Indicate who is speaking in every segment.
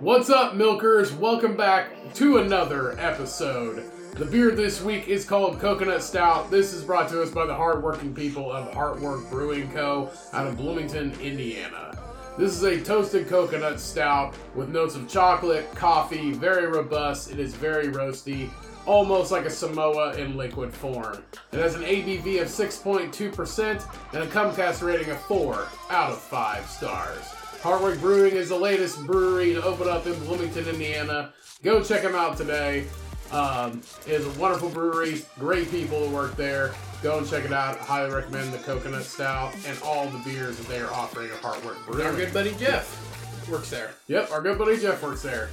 Speaker 1: What's up, milkers? Welcome back to another episode. The beer this week is called Coconut Stout. This is brought to us by the hardworking people of Heartwork Brewing Co. out of Bloomington, Indiana. This is a toasted coconut stout with notes of chocolate, coffee, very robust. It is very roasty, almost like a Samoa in liquid form. It has an ABV of 6.2% and a Comcast rating of 4 out of 5 stars. Hardwick Brewing is the latest brewery to open up in Bloomington, Indiana. Go check them out today. Um, it is a wonderful brewery, great people that work there. Go and check it out. Highly recommend the coconut stout and all the beers that they are offering at Hardwick Brewing.
Speaker 2: Our good buddy Jeff works there.
Speaker 1: Yep, our good buddy Jeff works there.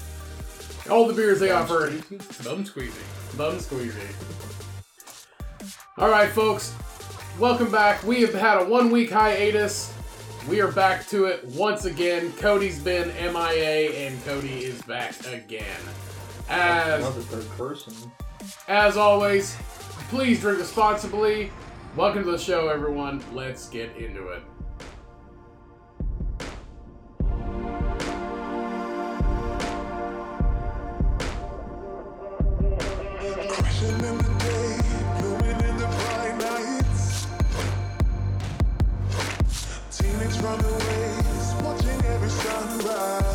Speaker 1: All the beers they offer,
Speaker 2: Bum squeezing.
Speaker 1: bum squeezy. All right, folks, welcome back. We have had a one week hiatus. We are back to it once again. Cody's been MIA, and Cody is back again. As
Speaker 3: Another third person.
Speaker 1: as always, please drink responsibly. Welcome to the show, everyone. Let's get into it.
Speaker 4: Crashing in the day, blowing in the bright nights. Teenage runaways, watching every sunrise.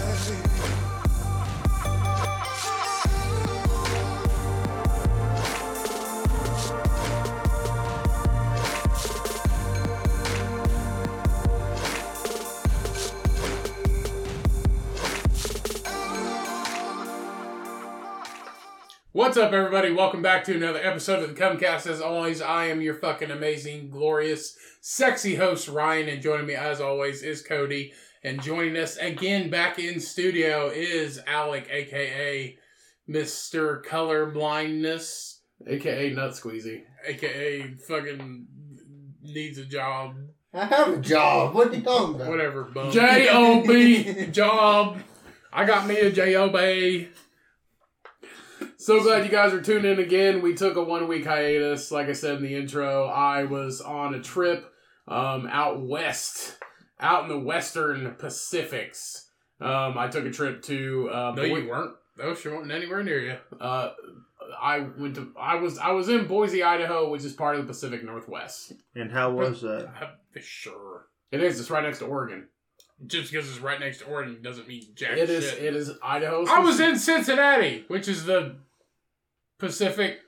Speaker 1: What's up, everybody? Welcome back to another episode of the Comcast. As always, I am your fucking amazing, glorious, sexy host, Ryan, and joining me, as always, is Cody. And joining us again back in studio is Alec, aka Mr. Color Blindness, aka Nut Squeezy, aka fucking needs a job,
Speaker 3: I have a job. What are you talking about?
Speaker 2: Whatever, bum.
Speaker 1: J O B job. I got me a J O B. So glad you guys are tuned in again. We took a one week hiatus. Like I said in the intro, I was on a trip um, out west, out in the western Pacifics. Um, I took a trip to uh,
Speaker 2: No, you
Speaker 1: Boi-
Speaker 2: weren't. No, she wasn't anywhere near you.
Speaker 1: uh, I went to I was I was in Boise, Idaho, which is part of the Pacific Northwest.
Speaker 3: And how was that?
Speaker 2: For sure.
Speaker 1: It is. It's right next to Oregon.
Speaker 2: Just because it's right next to Oregon doesn't mean jack
Speaker 1: It
Speaker 2: shit.
Speaker 1: is. It is Idaho's.
Speaker 2: I was in Cincinnati, which is the Pacific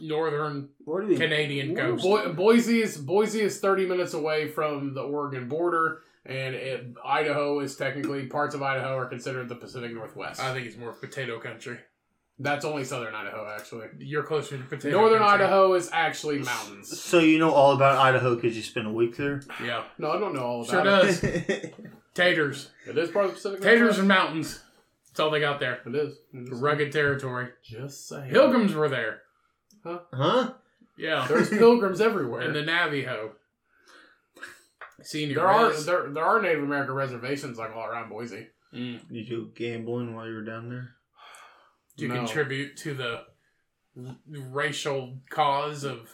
Speaker 2: Northern
Speaker 3: What do you?
Speaker 2: Canadian
Speaker 3: Whoa.
Speaker 2: coast.
Speaker 1: Bo- Boise is Boise is 30 minutes away from the Oregon border, and it, Idaho is technically parts of Idaho are considered the Pacific Northwest.
Speaker 2: I think it's more potato country.
Speaker 1: That's only southern Idaho, actually.
Speaker 2: You're closer to potato.
Speaker 1: Northern
Speaker 2: country.
Speaker 1: Idaho is actually mountains.
Speaker 3: So you know all about Idaho because you spent a week there.
Speaker 2: Yeah,
Speaker 1: No, I don't know all about
Speaker 2: sure
Speaker 1: it.
Speaker 2: does. Taters,
Speaker 1: It is part of the Pacific
Speaker 2: taters
Speaker 1: Northwest.
Speaker 2: and mountains. That's all they got there.
Speaker 1: It is. It is.
Speaker 2: Rugged territory.
Speaker 1: Just saying.
Speaker 2: Pilgrims were there.
Speaker 3: huh?
Speaker 2: Yeah.
Speaker 1: There's pilgrims everywhere.
Speaker 2: and the Navajo. Senior.
Speaker 1: there are
Speaker 2: res.
Speaker 1: there, there are Native American reservations like all around Boise.
Speaker 2: Mm.
Speaker 3: Did you go gambling while you were down there?
Speaker 2: you
Speaker 1: No.
Speaker 2: contribute to the r- racial cause of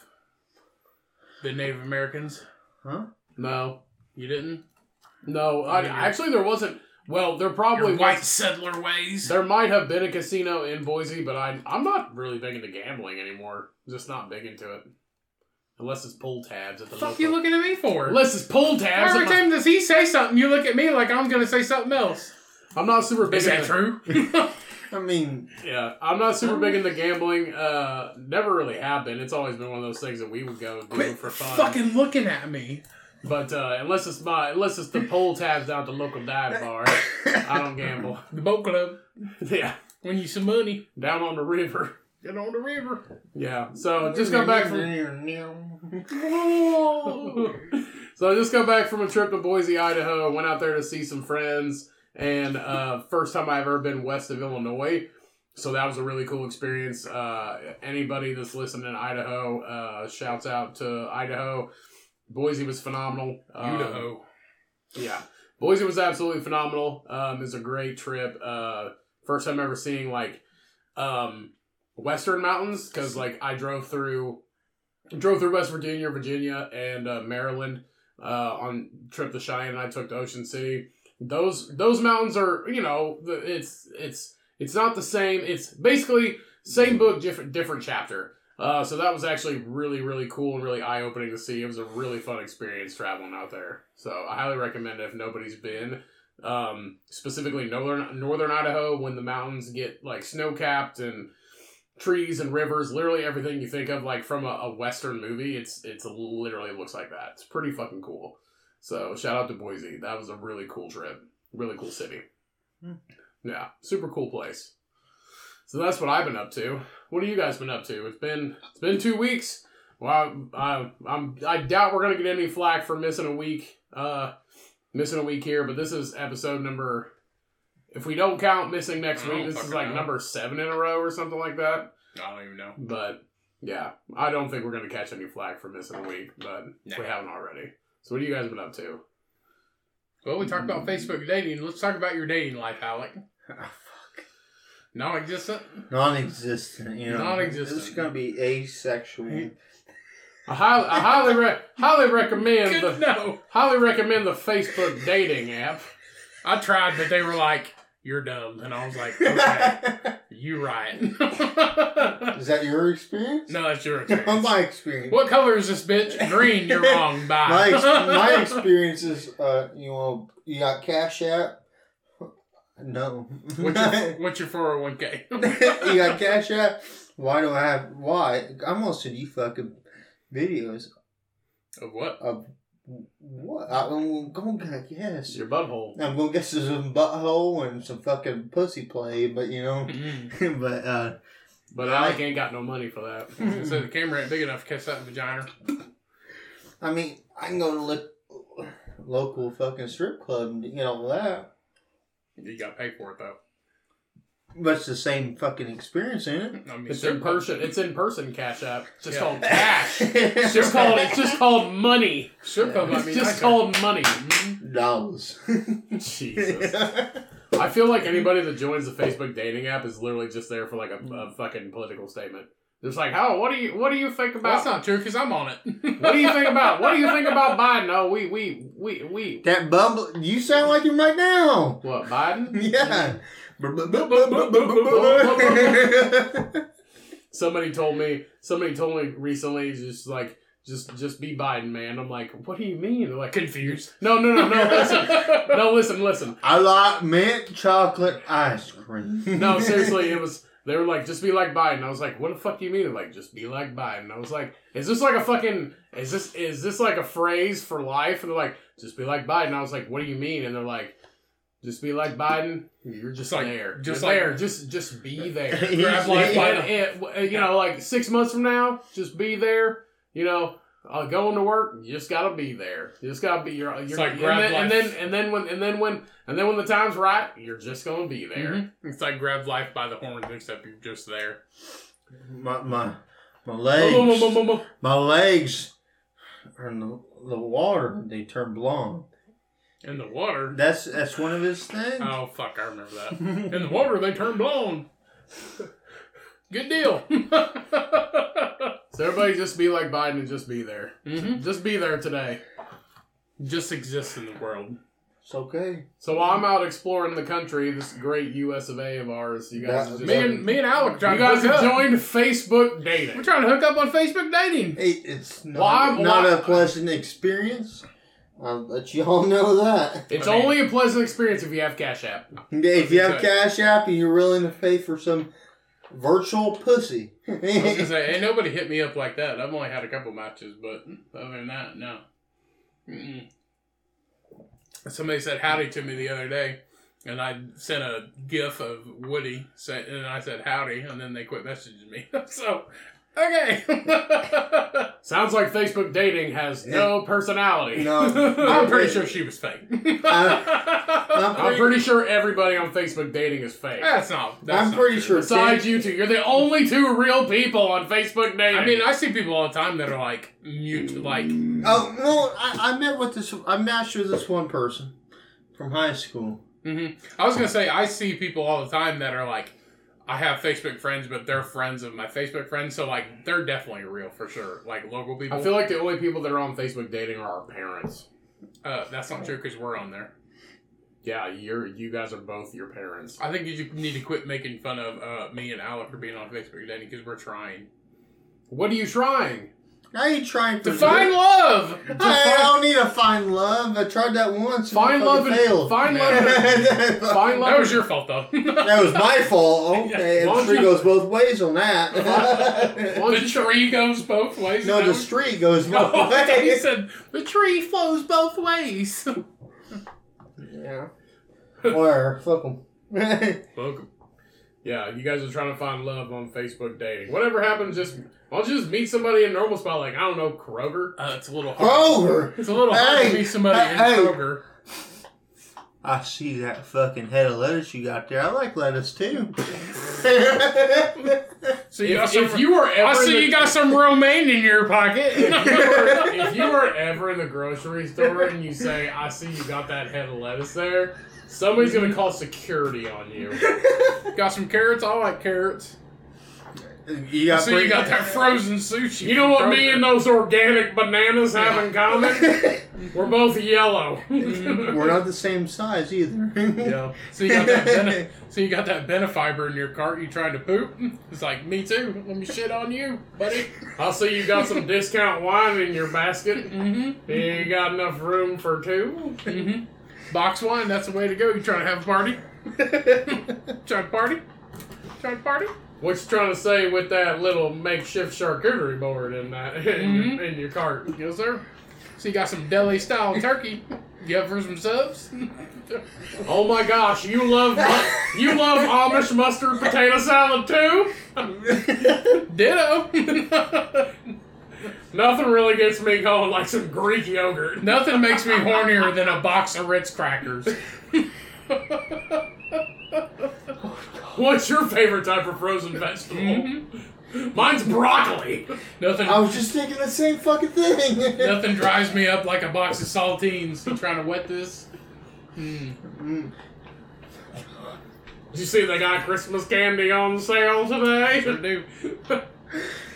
Speaker 2: the Native Americans.
Speaker 3: Huh?
Speaker 1: No,
Speaker 2: You didn't.
Speaker 1: no. I,
Speaker 2: You're-
Speaker 1: actually, there wasn't. Well, there
Speaker 2: Your
Speaker 1: probably
Speaker 2: white
Speaker 1: was-
Speaker 2: settler ways.
Speaker 1: There might have been a casino in Boise, but I, I'm not really big into gambling anymore. Just not big into it. Unless it's pull tabs at the
Speaker 2: the fuck you looking at me for?
Speaker 1: Unless it's pull tabs.
Speaker 2: Every
Speaker 1: At my,
Speaker 2: time does he say something, you look at me like I'm gonna say something else.
Speaker 1: I'm not super big.
Speaker 2: Is that
Speaker 1: into-
Speaker 2: true?
Speaker 3: I mean,
Speaker 1: Yeah, I'm not super big into gambling. Uh, never really have been. It's always been one of those things that we would go do
Speaker 2: Quit
Speaker 1: for fun.
Speaker 2: fucking looking at me.
Speaker 1: But uh, unless it's my unless it's the pull tabs down at the local dive bar, I don't gamble.
Speaker 2: The boat club.
Speaker 1: yeah,
Speaker 2: When you some money,
Speaker 1: down on the river.
Speaker 2: get on the river.
Speaker 1: Yeah. So just got back from
Speaker 2: Whoa.
Speaker 1: so I just got back from a trip to Boise, Idaho. Went out there to see some friends, and uh, first time I've ever been west of Illinois. So that was a really cool experience. Uh, anybody that's listening in Idaho, uh, shouts out to Idaho. Boise was phenomenal. Um,
Speaker 2: Idaho.
Speaker 1: yeah, Boise was absolutely phenomenal. Um, it was a great trip. Uh, first time ever seeing like um, Western mountains because like I drove through drove through West Virginia, Virginia, and uh, Maryland uh, on trip to Cheyenne. and I took to Ocean City. Those those mountains are you know the- it's it's it's not the same. It's basically same book, different different chapter. Uh, so that was actually really really cool and really eye opening to see. It was a really fun experience traveling out there. So I highly recommend it if nobody's been. Um, specifically northern northern Idaho when the mountains get like snow capped and trees and rivers, literally everything you think of, like from a, a western movie. It's it's literally looks like that. It's pretty fucking cool. So shout out to Boise. That was a really cool trip. Really cool city.
Speaker 5: Hmm.
Speaker 1: Yeah, super cool place. So that's what I've been up to. What have you guys been up to? It's been it's been two weeks. Well, I, I, I'm I doubt we're gonna get any flack for missing a week. Uh, missing a week here, but this is episode number. If we don't count missing next
Speaker 2: I don't
Speaker 1: week, this is
Speaker 2: fucking
Speaker 1: like
Speaker 2: know.
Speaker 1: number seven in a row or something like that.
Speaker 2: I don't even know.
Speaker 1: But yeah, I don't think we're gonna catch any flack for missing a week, but if we
Speaker 2: Nah.
Speaker 1: haven't already. So what have you guys been up to?
Speaker 2: Well, we talked about Facebook dating. Let's talk about your dating life, Alec.
Speaker 5: Oh,
Speaker 2: Non-existent.
Speaker 5: Non-existent, you know.
Speaker 2: Non-existent.
Speaker 5: This is gonna be asexual.
Speaker 1: I highly, I highly, re- highly recommend
Speaker 2: Good,
Speaker 1: the
Speaker 2: no.
Speaker 1: highly recommend the Facebook dating app.
Speaker 2: I tried, but they were like, "You're dumb," and I was like, "Okay, you right."
Speaker 5: is that your experience?
Speaker 2: no, that's your
Speaker 5: Not
Speaker 2: experience.
Speaker 5: my experience.
Speaker 2: what color is this bitch? Green. You're wrong. Bye.
Speaker 5: My ex- my experience is, uh, you know, you got Cash App. No.
Speaker 2: what's your What's your 401k?
Speaker 5: you got Cash App. Why do I have? Why? I'm gonna send you fucking videos
Speaker 2: Of what?
Speaker 5: of what? I'm gonna guess.
Speaker 1: Your butthole.
Speaker 5: I'm gonna guess there's some butthole and some fucking pussy play, but you know.
Speaker 2: Mm.
Speaker 5: but uh,
Speaker 1: But Alec ain't got no money for that.
Speaker 2: so the camera ain't big enough to catch that vagina.
Speaker 5: I mean, I can go to look local fucking strip club and you know that.
Speaker 2: You got to pay for it though.
Speaker 5: But it's the same fucking experience, ain't
Speaker 2: I mean,
Speaker 1: It's
Speaker 2: strip
Speaker 1: in
Speaker 2: club-
Speaker 1: person. It's in person cash app. It's just
Speaker 2: Yeah.
Speaker 1: called cash.
Speaker 5: it?
Speaker 1: It's just called. It's just called money.
Speaker 2: Strip club. I
Speaker 1: It's
Speaker 2: mean,
Speaker 1: just
Speaker 2: I
Speaker 1: called money. Mm-hmm.
Speaker 5: dollars.
Speaker 1: Jesus. I feel like anybody that joins the Facebook dating app is literally just there for like a, a fucking political statement. It's like, oh, what do you what do you think
Speaker 2: Well, that's
Speaker 1: about
Speaker 2: not true because I'm on it.
Speaker 1: what do you think about what do you think about Biden? Oh, we we we we
Speaker 5: that bumble, you sound like him right now.
Speaker 1: what Biden?
Speaker 5: Yeah.
Speaker 1: Somebody told me somebody told me recently just like just just be Biden, man. I'm like, what do you mean? They're like,
Speaker 2: Confused.
Speaker 1: no, no, no, no, listen, no, listen, listen.
Speaker 5: I like mint chocolate ice cream.
Speaker 1: No, seriously, it was. They were like, just be like Biden. I was like, what the fuck do you mean? They're like, just be like Biden. I was like, is this like a fucking is this is this like a phrase for life? And they're like, just be like Biden. I was like, what do you mean? And they're like, just be like Biden. You're just
Speaker 2: It's like-
Speaker 1: there,
Speaker 2: just
Speaker 1: You're
Speaker 2: like-
Speaker 1: there, just just be there.
Speaker 2: Grab life by
Speaker 1: and, and, you know, like six months from now, just be there. You know, uh, going to work, you just gotta be there. You just gotta be. You're, you're
Speaker 2: It's like grab
Speaker 1: and, then, and
Speaker 2: life.
Speaker 1: then and then when and then when and then when the time's right, you're just gonna be there.
Speaker 2: Mhm. It's like grab life by the horns, except you're just there.
Speaker 5: my my
Speaker 1: Boom,
Speaker 5: my
Speaker 1: boom,
Speaker 5: legs.
Speaker 1: boom, boom, boom.
Speaker 5: My legs are in the, the water. They turn blonde.
Speaker 2: In the water.
Speaker 5: That's that's one of his things.
Speaker 2: Oh, fuck, I remember that. In the water, they turn blown. Good deal.
Speaker 1: So everybody just be like Biden and just be there.
Speaker 2: Mm-hmm.
Speaker 1: Just be there today.
Speaker 2: Just exists in the world.
Speaker 5: It's okay.
Speaker 1: So while I'm out exploring the country, this great U.S. of A. of ours, you guys,
Speaker 5: That-
Speaker 1: are just,
Speaker 2: Me and me and Alec are
Speaker 1: you
Speaker 2: trying to
Speaker 1: guys
Speaker 2: hook
Speaker 1: have
Speaker 2: up.
Speaker 1: joined Facebook
Speaker 2: We're
Speaker 1: dating.
Speaker 2: trying to hook up on Facebook dating.
Speaker 5: Hey, it's not,
Speaker 1: Why- why-
Speaker 5: not a pleasant experience. I'll let you all know that.
Speaker 1: It's
Speaker 2: I mean-
Speaker 1: only a pleasant experience if you have Cash App.
Speaker 5: If you have
Speaker 2: Okay.
Speaker 5: Cash App and you're willing to pay for some virtual pussy,
Speaker 2: I was gonna say, ain't nobody hit me up like that. I've only had a couple matches, but other than that, no. Mm-mm. Somebody said howdy to me the other day, and I sent a GIF of Woody, say, and I said howdy, and then they quit messaging me. so, okay.
Speaker 1: Sounds like Facebook dating has no personality.
Speaker 5: No.
Speaker 2: I'm pretty
Speaker 5: Okay.
Speaker 2: sure she was fake.
Speaker 5: I'm
Speaker 1: I'm pretty sure everybody on Facebook dating is fake.
Speaker 2: that's not. That's
Speaker 5: I'm
Speaker 2: not
Speaker 5: pretty
Speaker 2: true.
Speaker 5: sure.
Speaker 1: Besides
Speaker 5: Jan-
Speaker 1: you two, you're the only two real people on Facebook dating.
Speaker 2: I mean, I see people all the time that are like mute, like
Speaker 5: Oh no, I, I met with this. I matched with this one person from high school.
Speaker 2: hmm I was gonna say I see people all the time that are like, I have Facebook friends, but they're friends of my Facebook friends, so like they're definitely real for sure. Like local people.
Speaker 1: I feel like the only people that are on Facebook dating are our parents.
Speaker 2: uh, that's not true because we're on there.
Speaker 1: Yeah, you're you guys are both your parents.
Speaker 2: I think you need to quit making fun of uh, me and Alec for being on Facebook, Danny, because we're trying.
Speaker 1: What are you trying?
Speaker 5: I ain't trying for
Speaker 2: To find love!
Speaker 5: I, I don't need to find love. I tried that once. and
Speaker 1: Find
Speaker 5: it
Speaker 1: love
Speaker 5: fucking
Speaker 1: and
Speaker 5: failed.
Speaker 1: find love. And,
Speaker 5: that
Speaker 1: find love.
Speaker 2: That was your fault, though. the
Speaker 5: was my fault. Okay,
Speaker 1: Why
Speaker 5: the
Speaker 1: don't
Speaker 5: street
Speaker 1: you-
Speaker 5: goes both ways on that.
Speaker 1: Why don't you try-
Speaker 2: tree goes both ways.
Speaker 5: no,
Speaker 2: Is that
Speaker 5: the
Speaker 2: what-
Speaker 5: street goes both
Speaker 2: No, I thought you
Speaker 5: ways.
Speaker 2: said the tree flows both ways.
Speaker 5: Yeah. Or fuck them.
Speaker 2: Welcome.
Speaker 1: Yeah, you guys are trying to find love on Facebook dating. Whatever happens, just why don't you just meet somebody in a normal spot, like I don't know, Kroger.
Speaker 2: Uh, it's a little hard.
Speaker 5: Over.
Speaker 2: It's a little hard
Speaker 5: Oh, Hey,
Speaker 2: to be somebody in
Speaker 5: hey.
Speaker 2: Kroger.
Speaker 5: I see that fucking head of lettuce you got there. I like lettuce too.
Speaker 2: So you got
Speaker 1: If,
Speaker 2: some,
Speaker 1: if you are ever,
Speaker 2: I
Speaker 1: in
Speaker 2: see
Speaker 1: the-
Speaker 2: you got some romaine in your pocket.
Speaker 1: if you are ever in the grocery store and you say, "I see you got that head of lettuce there," somebody's gonna call security on you.
Speaker 2: got some carrots. I like carrots.
Speaker 5: you got
Speaker 2: So you
Speaker 5: pretty-
Speaker 2: got that frozen sushi.
Speaker 1: You know what
Speaker 2: from
Speaker 1: me
Speaker 2: Kroger.
Speaker 1: and those organic bananas have in common? We're both yellow.
Speaker 2: Mm-hmm.
Speaker 5: We're not the same size either.
Speaker 2: Yeah. So you got that. Bene- so you got that benefiber in your cart. You trying to poop? It's like me too. Let me shit on you, buddy.
Speaker 1: I see you got some discount wine in your basket.
Speaker 2: Mm-hmm.
Speaker 1: You ain't got enough room for two.
Speaker 2: Mm-hmm. Box wine. That's the way to go. You trying to have a party? trying to party? Trying to party?
Speaker 1: What you trying to say with that little makeshift charcuterie board in that in,
Speaker 2: Mhm.
Speaker 1: in your cart?
Speaker 2: Yes, sir. So you got some deli style turkey. You up for some subs?
Speaker 1: Oh my gosh, you love mu- you love Amish mustard potato salad too?
Speaker 2: Ditto.
Speaker 1: Nothing really gets me going like some Greek yogurt.
Speaker 2: Nothing makes me hornier than a box of Ritz crackers.
Speaker 1: What's your favorite type of frozen vegetable? Mine's broccoli.
Speaker 2: Mm-hmm. Nothing.
Speaker 5: I was just thinking the same fucking thing.
Speaker 2: Nothing drives me up like a box of saltines. You trying to wet this? Mm.
Speaker 1: Did you see they got Christmas candy on sale today?
Speaker 2: Sure do.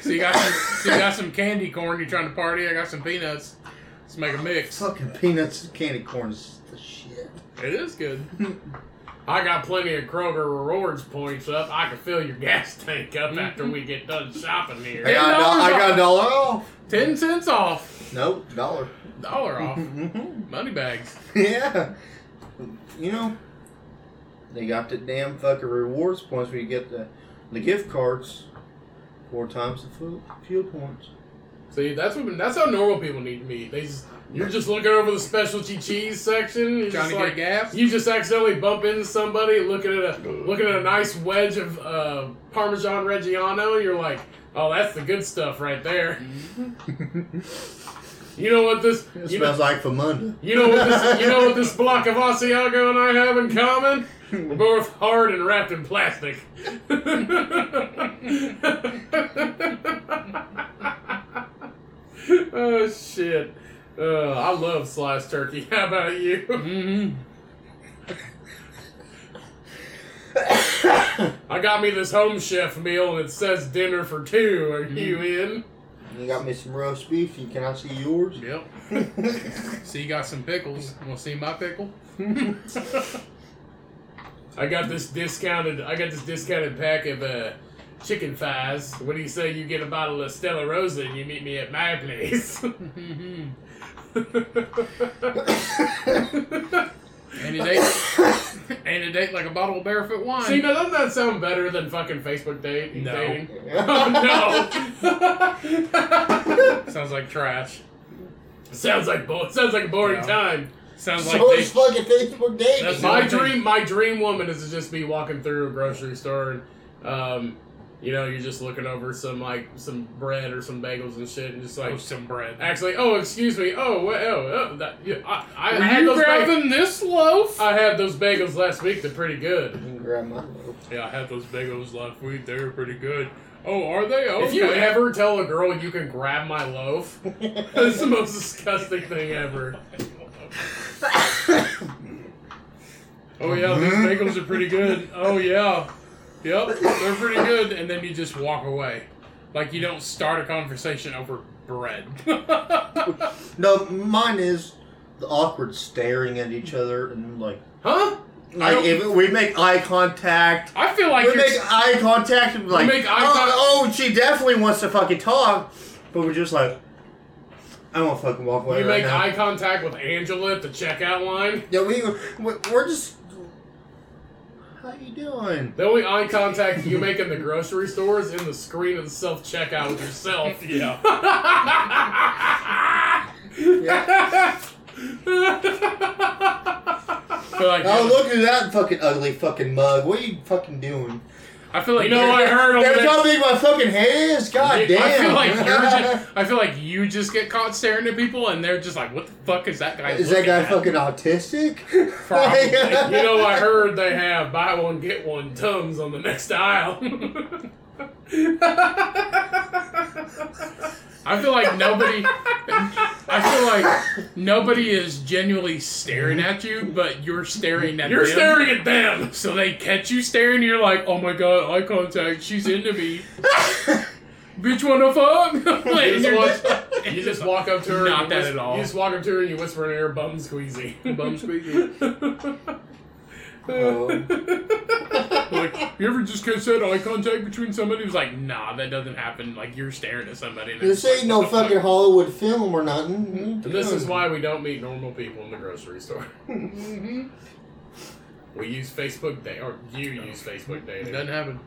Speaker 2: So you got some, so you got some candy corn. You trying to party? I got some peanuts. Let's make a mix.
Speaker 5: fucking peanuts and candy corn is the shit.
Speaker 2: It is good.
Speaker 1: I got plenty of Kroger rewards points up. I can fill your gas tank up
Speaker 2: Mm-hmm.
Speaker 1: after we get done shopping
Speaker 5: I
Speaker 1: here.
Speaker 5: got, a doll- I got a dollar off.
Speaker 2: Ten cents off.
Speaker 5: Nope, dollar.
Speaker 2: Dollar off.
Speaker 5: Mhm.
Speaker 2: Money bags.
Speaker 5: yeah. You know, they got the damn fucking rewards points where you get the, the gift cards four times the fuel, fuel points.
Speaker 1: See, that's what that's how normal people need to meet. They just, you're just looking over the specialty cheese section. You're
Speaker 2: Trying
Speaker 1: just
Speaker 2: to
Speaker 1: like,
Speaker 2: get gas.
Speaker 1: You just accidentally bump into somebody looking at a looking at a nice wedge of uh, Parmesan Reggiano, and you're like, "Oh, that's the good stuff right there." You know what this?
Speaker 5: It
Speaker 1: You
Speaker 5: smells
Speaker 1: know,
Speaker 5: like Famunda.
Speaker 1: you know what this? You know what this block of Asiago and I have in common? We're both hard and wrapped in plastic. oh shit! Uh, I love sliced turkey. How about you?
Speaker 2: hmm
Speaker 1: I got me this home chef meal and it says dinner for two. Are
Speaker 2: Mm-hmm.
Speaker 1: you in?
Speaker 5: You got me some roast beef. You Can I see yours?
Speaker 2: Yep. So you got some pickles. You want to see my pickle?
Speaker 1: I got this discounted. I got this discounted pack of uh, chicken thighs. What do you say you get a bottle of Stella Rosa and you meet me at my place?
Speaker 2: Mhm. and it ate.
Speaker 5: yeah,
Speaker 2: And it date like a bottle of barefoot wine.
Speaker 1: See, now doesn't that sound better than fucking Facebook date?
Speaker 2: No.
Speaker 1: Dating? Oh no!
Speaker 2: Sounds like trash.
Speaker 1: sounds like bo- sounds like a boring
Speaker 2: No.
Speaker 1: time.
Speaker 2: Sounds like
Speaker 5: so
Speaker 2: they,
Speaker 5: it's fucking Facebook dating.
Speaker 2: That's
Speaker 1: my
Speaker 2: The only
Speaker 1: dream my dream woman is to just be walking through a grocery store and um you know you're just looking over some like some bread or some bagels and shit and just like
Speaker 2: oh, some bread.
Speaker 1: actually oh excuse me oh what oh, oh that, yeah, I, I,
Speaker 2: Were
Speaker 1: had
Speaker 2: you
Speaker 1: those bag-
Speaker 2: grabbing this loaf?
Speaker 1: I had those bagels last week they're pretty good
Speaker 5: You can grab my
Speaker 2: yeah, I had those bagels last week. They were pretty good. Oh, are they? Oh,
Speaker 1: if you ever tell a girl you can grab my loaf that's the most disgusting thing ever
Speaker 2: oh yeah, those bagels are pretty good. Oh yeah, yep, they're pretty good. And then you just walk away, like you don't start a conversation over bread.
Speaker 5: No, mine is the awkward staring at each other and like,
Speaker 2: Huh? I
Speaker 5: Like
Speaker 2: don't-
Speaker 5: if we make eye contact,
Speaker 2: I feel like
Speaker 5: we
Speaker 2: you're.
Speaker 5: make eye contact. and be Like,
Speaker 2: make eye
Speaker 5: oh, oh, she definitely wants to fucking talk, but we're just like, I won't fucking walk away.
Speaker 2: you
Speaker 5: right
Speaker 2: make
Speaker 5: now.
Speaker 2: eye contact with Angela at the checkout line.
Speaker 5: Yeah, we we- we're just. How you doing?
Speaker 2: The only eye contact you make in the grocery store is in the screen of the self checkout with yourself.
Speaker 1: Yeah.
Speaker 2: I feel like
Speaker 5: Oh, look at that fucking ugly fucking mug. What are you fucking doing?
Speaker 2: I feel like you know. What I heard over
Speaker 5: That's
Speaker 2: there.
Speaker 5: how big my fucking head is. God damn.
Speaker 2: I feel like you're just, I feel like you just get caught staring at people, and they're just like, "What the fuck is that guy?"
Speaker 5: is that
Speaker 2: looking
Speaker 5: guy
Speaker 2: at?"
Speaker 5: fucking autistic?
Speaker 2: Probably. you know, I heard they have buy one get one tums on the next aisle. I feel like nobody. I feel like nobody is genuinely staring at you, but you're staring at
Speaker 1: You're
Speaker 2: them.
Speaker 1: staring at them.
Speaker 2: So they catch you staring, and you're like, "Oh my god, eye contact. She's into me." Bitch, wanna fuck? Like,
Speaker 1: You
Speaker 2: you're
Speaker 1: just,
Speaker 2: just-
Speaker 1: walk, you just walk up to her. and
Speaker 2: Not
Speaker 1: you
Speaker 2: that
Speaker 1: whis-
Speaker 2: at all.
Speaker 1: You just walk up to her and you whisper in her ear, bum squeezy.
Speaker 2: Bum squeezy.
Speaker 5: Oh,
Speaker 2: like, you ever just catch that eye contact between somebody who's like, nah, that doesn't happen. Like, you're staring at somebody. and
Speaker 5: this
Speaker 2: it's like,
Speaker 5: ain't no
Speaker 2: what the fuck?
Speaker 5: fucking Hollywood film or nothing.
Speaker 1: And this is why we don't meet normal people in the grocery store.
Speaker 2: Mm-hmm.
Speaker 1: We use Facebook date, or you use Facebook
Speaker 2: It
Speaker 1: dating.
Speaker 2: doesn't happen.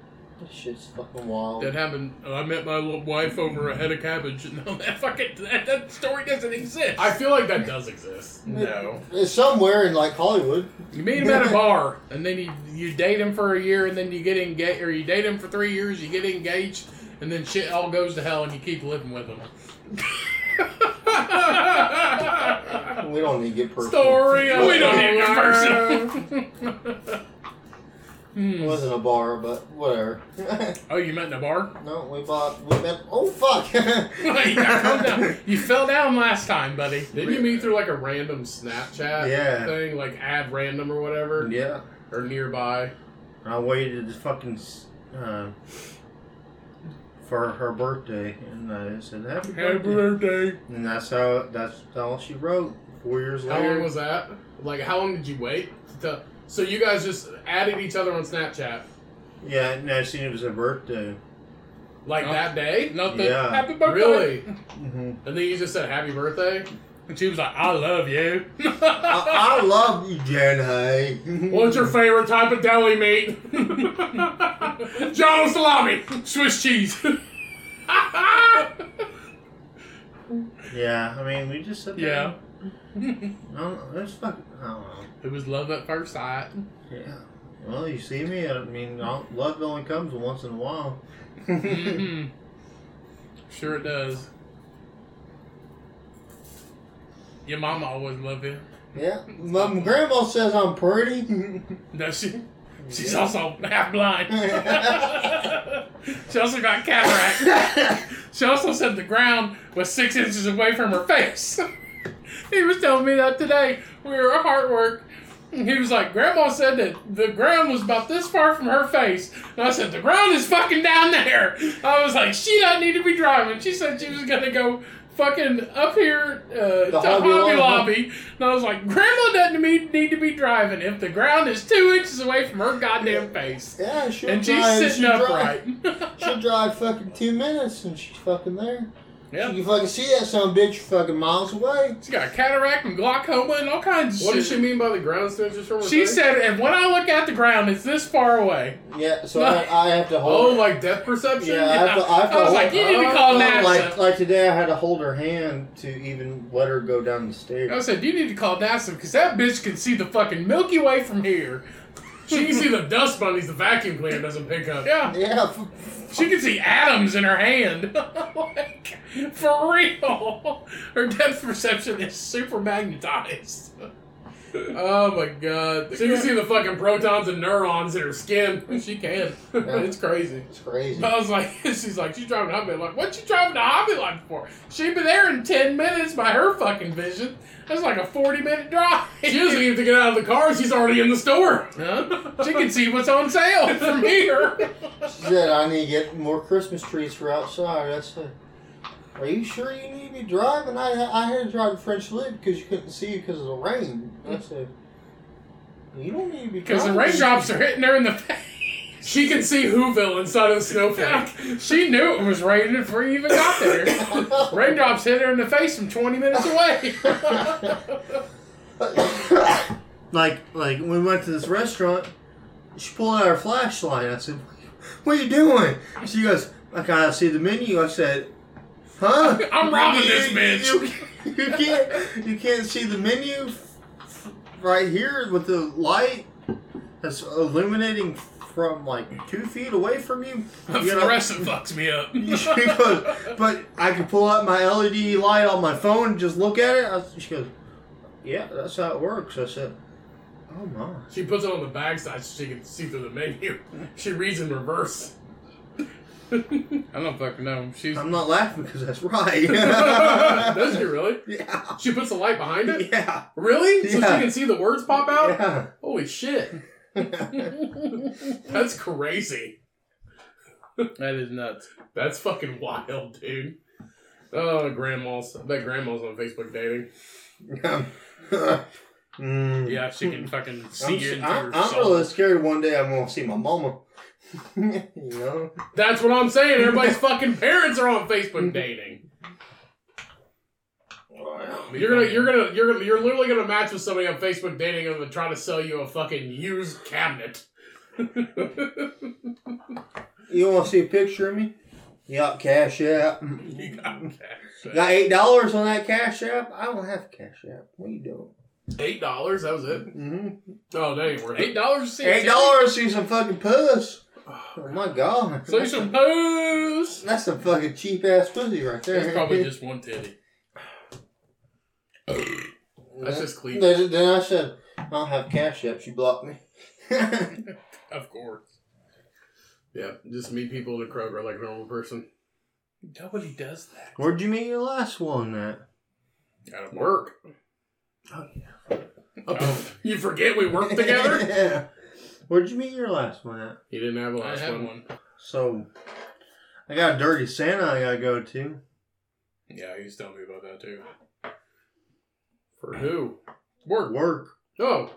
Speaker 5: This shit's fucking wild.
Speaker 2: That happened. I met my little wife over a head of cabbage. No, that fucking that, that story doesn't exist.
Speaker 1: I feel like that does exist. No.
Speaker 5: It's somewhere in like Hollywood.
Speaker 2: you meet him at a bar, and then you you date him for a year, and then you get engaged, or you date him for three years, you get engaged, and then shit all goes to hell, and you keep living with him.
Speaker 5: We don't need to get personal.
Speaker 2: Story. Oh, of
Speaker 5: We don't
Speaker 2: the
Speaker 5: need
Speaker 1: to
Speaker 2: year. Hmm.
Speaker 5: It wasn't a bar, but whatever.
Speaker 2: Oh, you met in a bar?
Speaker 5: no, we bought. We met. Oh fuck.
Speaker 2: Hey, now calm down. You fell down last time, buddy.
Speaker 1: Didn't you meet through like a random Snapchat
Speaker 5: Yeah.
Speaker 1: thing, like add random or whatever,
Speaker 5: yeah.
Speaker 1: or nearby?
Speaker 5: I waited to fucking s- uh, for her birthday, and I said happy
Speaker 2: Happy
Speaker 5: birthday.
Speaker 2: birthday.
Speaker 5: And that's how. That's all she wrote. Four years
Speaker 1: How long
Speaker 5: later.
Speaker 1: was that? Like, how long did you wait? To, so you guys just added each other on Snapchat
Speaker 5: yeah, and I seen it was her birthday.
Speaker 1: like
Speaker 2: Oh.
Speaker 1: that day,
Speaker 2: Nothing.
Speaker 5: Yeah.
Speaker 2: Happy birthday.
Speaker 1: really?
Speaker 5: Mm-hmm.
Speaker 1: And then you just said happy birthday.
Speaker 2: And she was like, I love you.
Speaker 5: I, I love you, Jenny.
Speaker 2: What's your favorite type of deli meat? John salami, Swiss cheese.
Speaker 5: Yeah, I mean, we just said that.
Speaker 2: yeah.
Speaker 5: I don't know. It's fucking. I don't know.
Speaker 2: It was love at first sight.
Speaker 5: Yeah. Well, you see me. I mean, I'll- love only comes once in a while.
Speaker 2: hmm Sure it does. Your mama always loved you.
Speaker 5: yeah. My grandma says I'm pretty.
Speaker 2: No, she, she's also half blind. she also got cataract. She also said the ground was six inches away from her face. he was telling me that today. We were at hard work. and He was like, Grandma said that the ground was about this far from her face. And I said, The ground is fucking down there. I was like, She doesn't need to be driving. She said she was going to go fucking up here uh, to
Speaker 5: Hobby
Speaker 2: Hobby
Speaker 5: Lobby.
Speaker 2: Lobby. And I was like, Grandma doesn't need, need to be driving if the ground is two inches away from her goddamn face.
Speaker 5: yeah, she'll
Speaker 2: And she's
Speaker 5: drive.
Speaker 2: sitting
Speaker 5: she'll
Speaker 2: upright.
Speaker 5: Drive, she'll drive fucking two minutes and she's fucking there.
Speaker 2: yeah.
Speaker 5: You can fucking see that son of a bitch fucking miles away.
Speaker 2: She's got cataract and glaucoma and all kinds of
Speaker 1: What
Speaker 2: shit.
Speaker 1: did she mean by the ground stenches from her
Speaker 2: She
Speaker 1: face?
Speaker 2: said, and when I look at the ground, it's this far away.
Speaker 5: Yeah, so I, I have to hold.
Speaker 1: "Oh, like depth perception."
Speaker 5: yeah, I have to. I, have to
Speaker 2: I was
Speaker 5: hold,
Speaker 2: like, you need to
Speaker 1: Oh,
Speaker 2: call
Speaker 5: Oh,
Speaker 2: NASA.
Speaker 5: like like today, I had to hold her hand to even let her go down the stairs.
Speaker 2: I said, you need to call NASA because that bitch can see the fucking Milky Way from here.
Speaker 1: She can see the dust bunnies the vacuum cleaner doesn't pick up.
Speaker 2: Yeah,
Speaker 5: Yeah, f-
Speaker 2: she can see atoms in her hand. like, for real. Her depth perception is super magnetized.
Speaker 1: Oh my god. She can see the fucking protons and neurons in her skin.
Speaker 2: She can.
Speaker 1: it's crazy.
Speaker 5: it's crazy.
Speaker 2: I was like, she's like, she's driving to Hobby Lobby. Like, what you driving to Hobby Lobby for? She'd been there in 10 minutes by her fucking vision. That's like a 40 minute drive.
Speaker 1: She doesn't even have to get out of the car. She's already in the store.
Speaker 2: Huh? She can see what's on sale from here.
Speaker 5: She said, I need to get more Christmas trees for outside. I said, Are you sure you need to be driving? I, I had to drive the French Lick because you couldn't see because of the rain. I said, You don't need to be
Speaker 2: Because the
Speaker 5: driving.
Speaker 2: raindrops are hitting her in the face.
Speaker 1: She can see Whoville inside of the snowflake.
Speaker 2: she knew it was raining before you even got there. raindrops hit her in the face from 20 minutes away.
Speaker 5: like like when we went to this restaurant, she pulled out her flashlight. I said, "What are you doing?" She goes, "I gotta see the menu." I said, "Huh?
Speaker 2: I'm robbing this
Speaker 5: You-
Speaker 2: bitch."
Speaker 5: You, you can't you can't see the menu f- right here with the light that's illuminating from like two feet away from you."
Speaker 2: For
Speaker 5: You
Speaker 2: the
Speaker 5: gotta-
Speaker 2: rest, it fucks me up.
Speaker 5: she goes, but I can pull out my LED light on my phone and just look at it. I, she goes, yeah, that's how it works. I said, oh my.
Speaker 1: She puts it on the backside so she can see through the menu. She reads in reverse.
Speaker 2: I don't fucking know. She's
Speaker 5: I'm not laughing because that's right.
Speaker 1: Does she really?
Speaker 5: yeah.
Speaker 1: She puts the light behind it?
Speaker 5: Yeah.
Speaker 1: Really? So
Speaker 5: Yeah.
Speaker 1: she can see the words pop out?
Speaker 5: Yeah.
Speaker 1: Holy shit. That's crazy.
Speaker 2: that is nuts.
Speaker 1: That's fucking wild, dude. Oh, grandma's. I bet grandma's on Facebook dating.
Speaker 5: Mm.
Speaker 2: Yeah, she can fucking see
Speaker 5: I'm,
Speaker 2: you into
Speaker 5: I'm,
Speaker 2: her
Speaker 5: I'm
Speaker 2: soul.
Speaker 5: really scared one day I'm going to see my mama. you know?
Speaker 1: That's what I'm saying. Everybody's fucking parents are on Facebook dating. You're gonna, you're gonna, you're gonna, you're literally gonna match with somebody on Facebook dating and they're trying to sell you a fucking used cabinet.
Speaker 5: You want to see a picture of me? Yeah, cash app.
Speaker 1: You got cash.
Speaker 5: Got eight dollars on that cash app? I don't have cash app. What you doing?
Speaker 1: Eight dollars. That was it.
Speaker 5: Mm-hmm.
Speaker 1: Oh, that ain't worth
Speaker 2: Eight
Speaker 1: it.
Speaker 2: dollars to see a
Speaker 5: Eight
Speaker 2: titty?
Speaker 5: dollars see some fucking puss. Oh my god.
Speaker 2: See some poos.
Speaker 5: That's some fucking cheap ass pussy right there.
Speaker 2: That's probably just one titty.
Speaker 1: That's just clean.
Speaker 5: Then, then I said, I don't have cash app. She blocked me.
Speaker 2: Of course.
Speaker 1: Yeah, just meet people at a Kroger like a normal person.
Speaker 2: Nobody does that.
Speaker 5: Where'd you meet your last one at?
Speaker 2: Gotta work.
Speaker 1: Work.
Speaker 5: Oh,
Speaker 2: Oh,
Speaker 1: You forget we work together.
Speaker 5: yeah. Where'd you meet your last one at?
Speaker 1: He didn't have a
Speaker 2: I
Speaker 1: last
Speaker 2: had
Speaker 1: one.
Speaker 2: one.
Speaker 5: So, I got a dirty Santa I gotta go to.
Speaker 2: Yeah, he was telling me about that too.
Speaker 1: For who? Work.
Speaker 5: Work.
Speaker 1: Oh,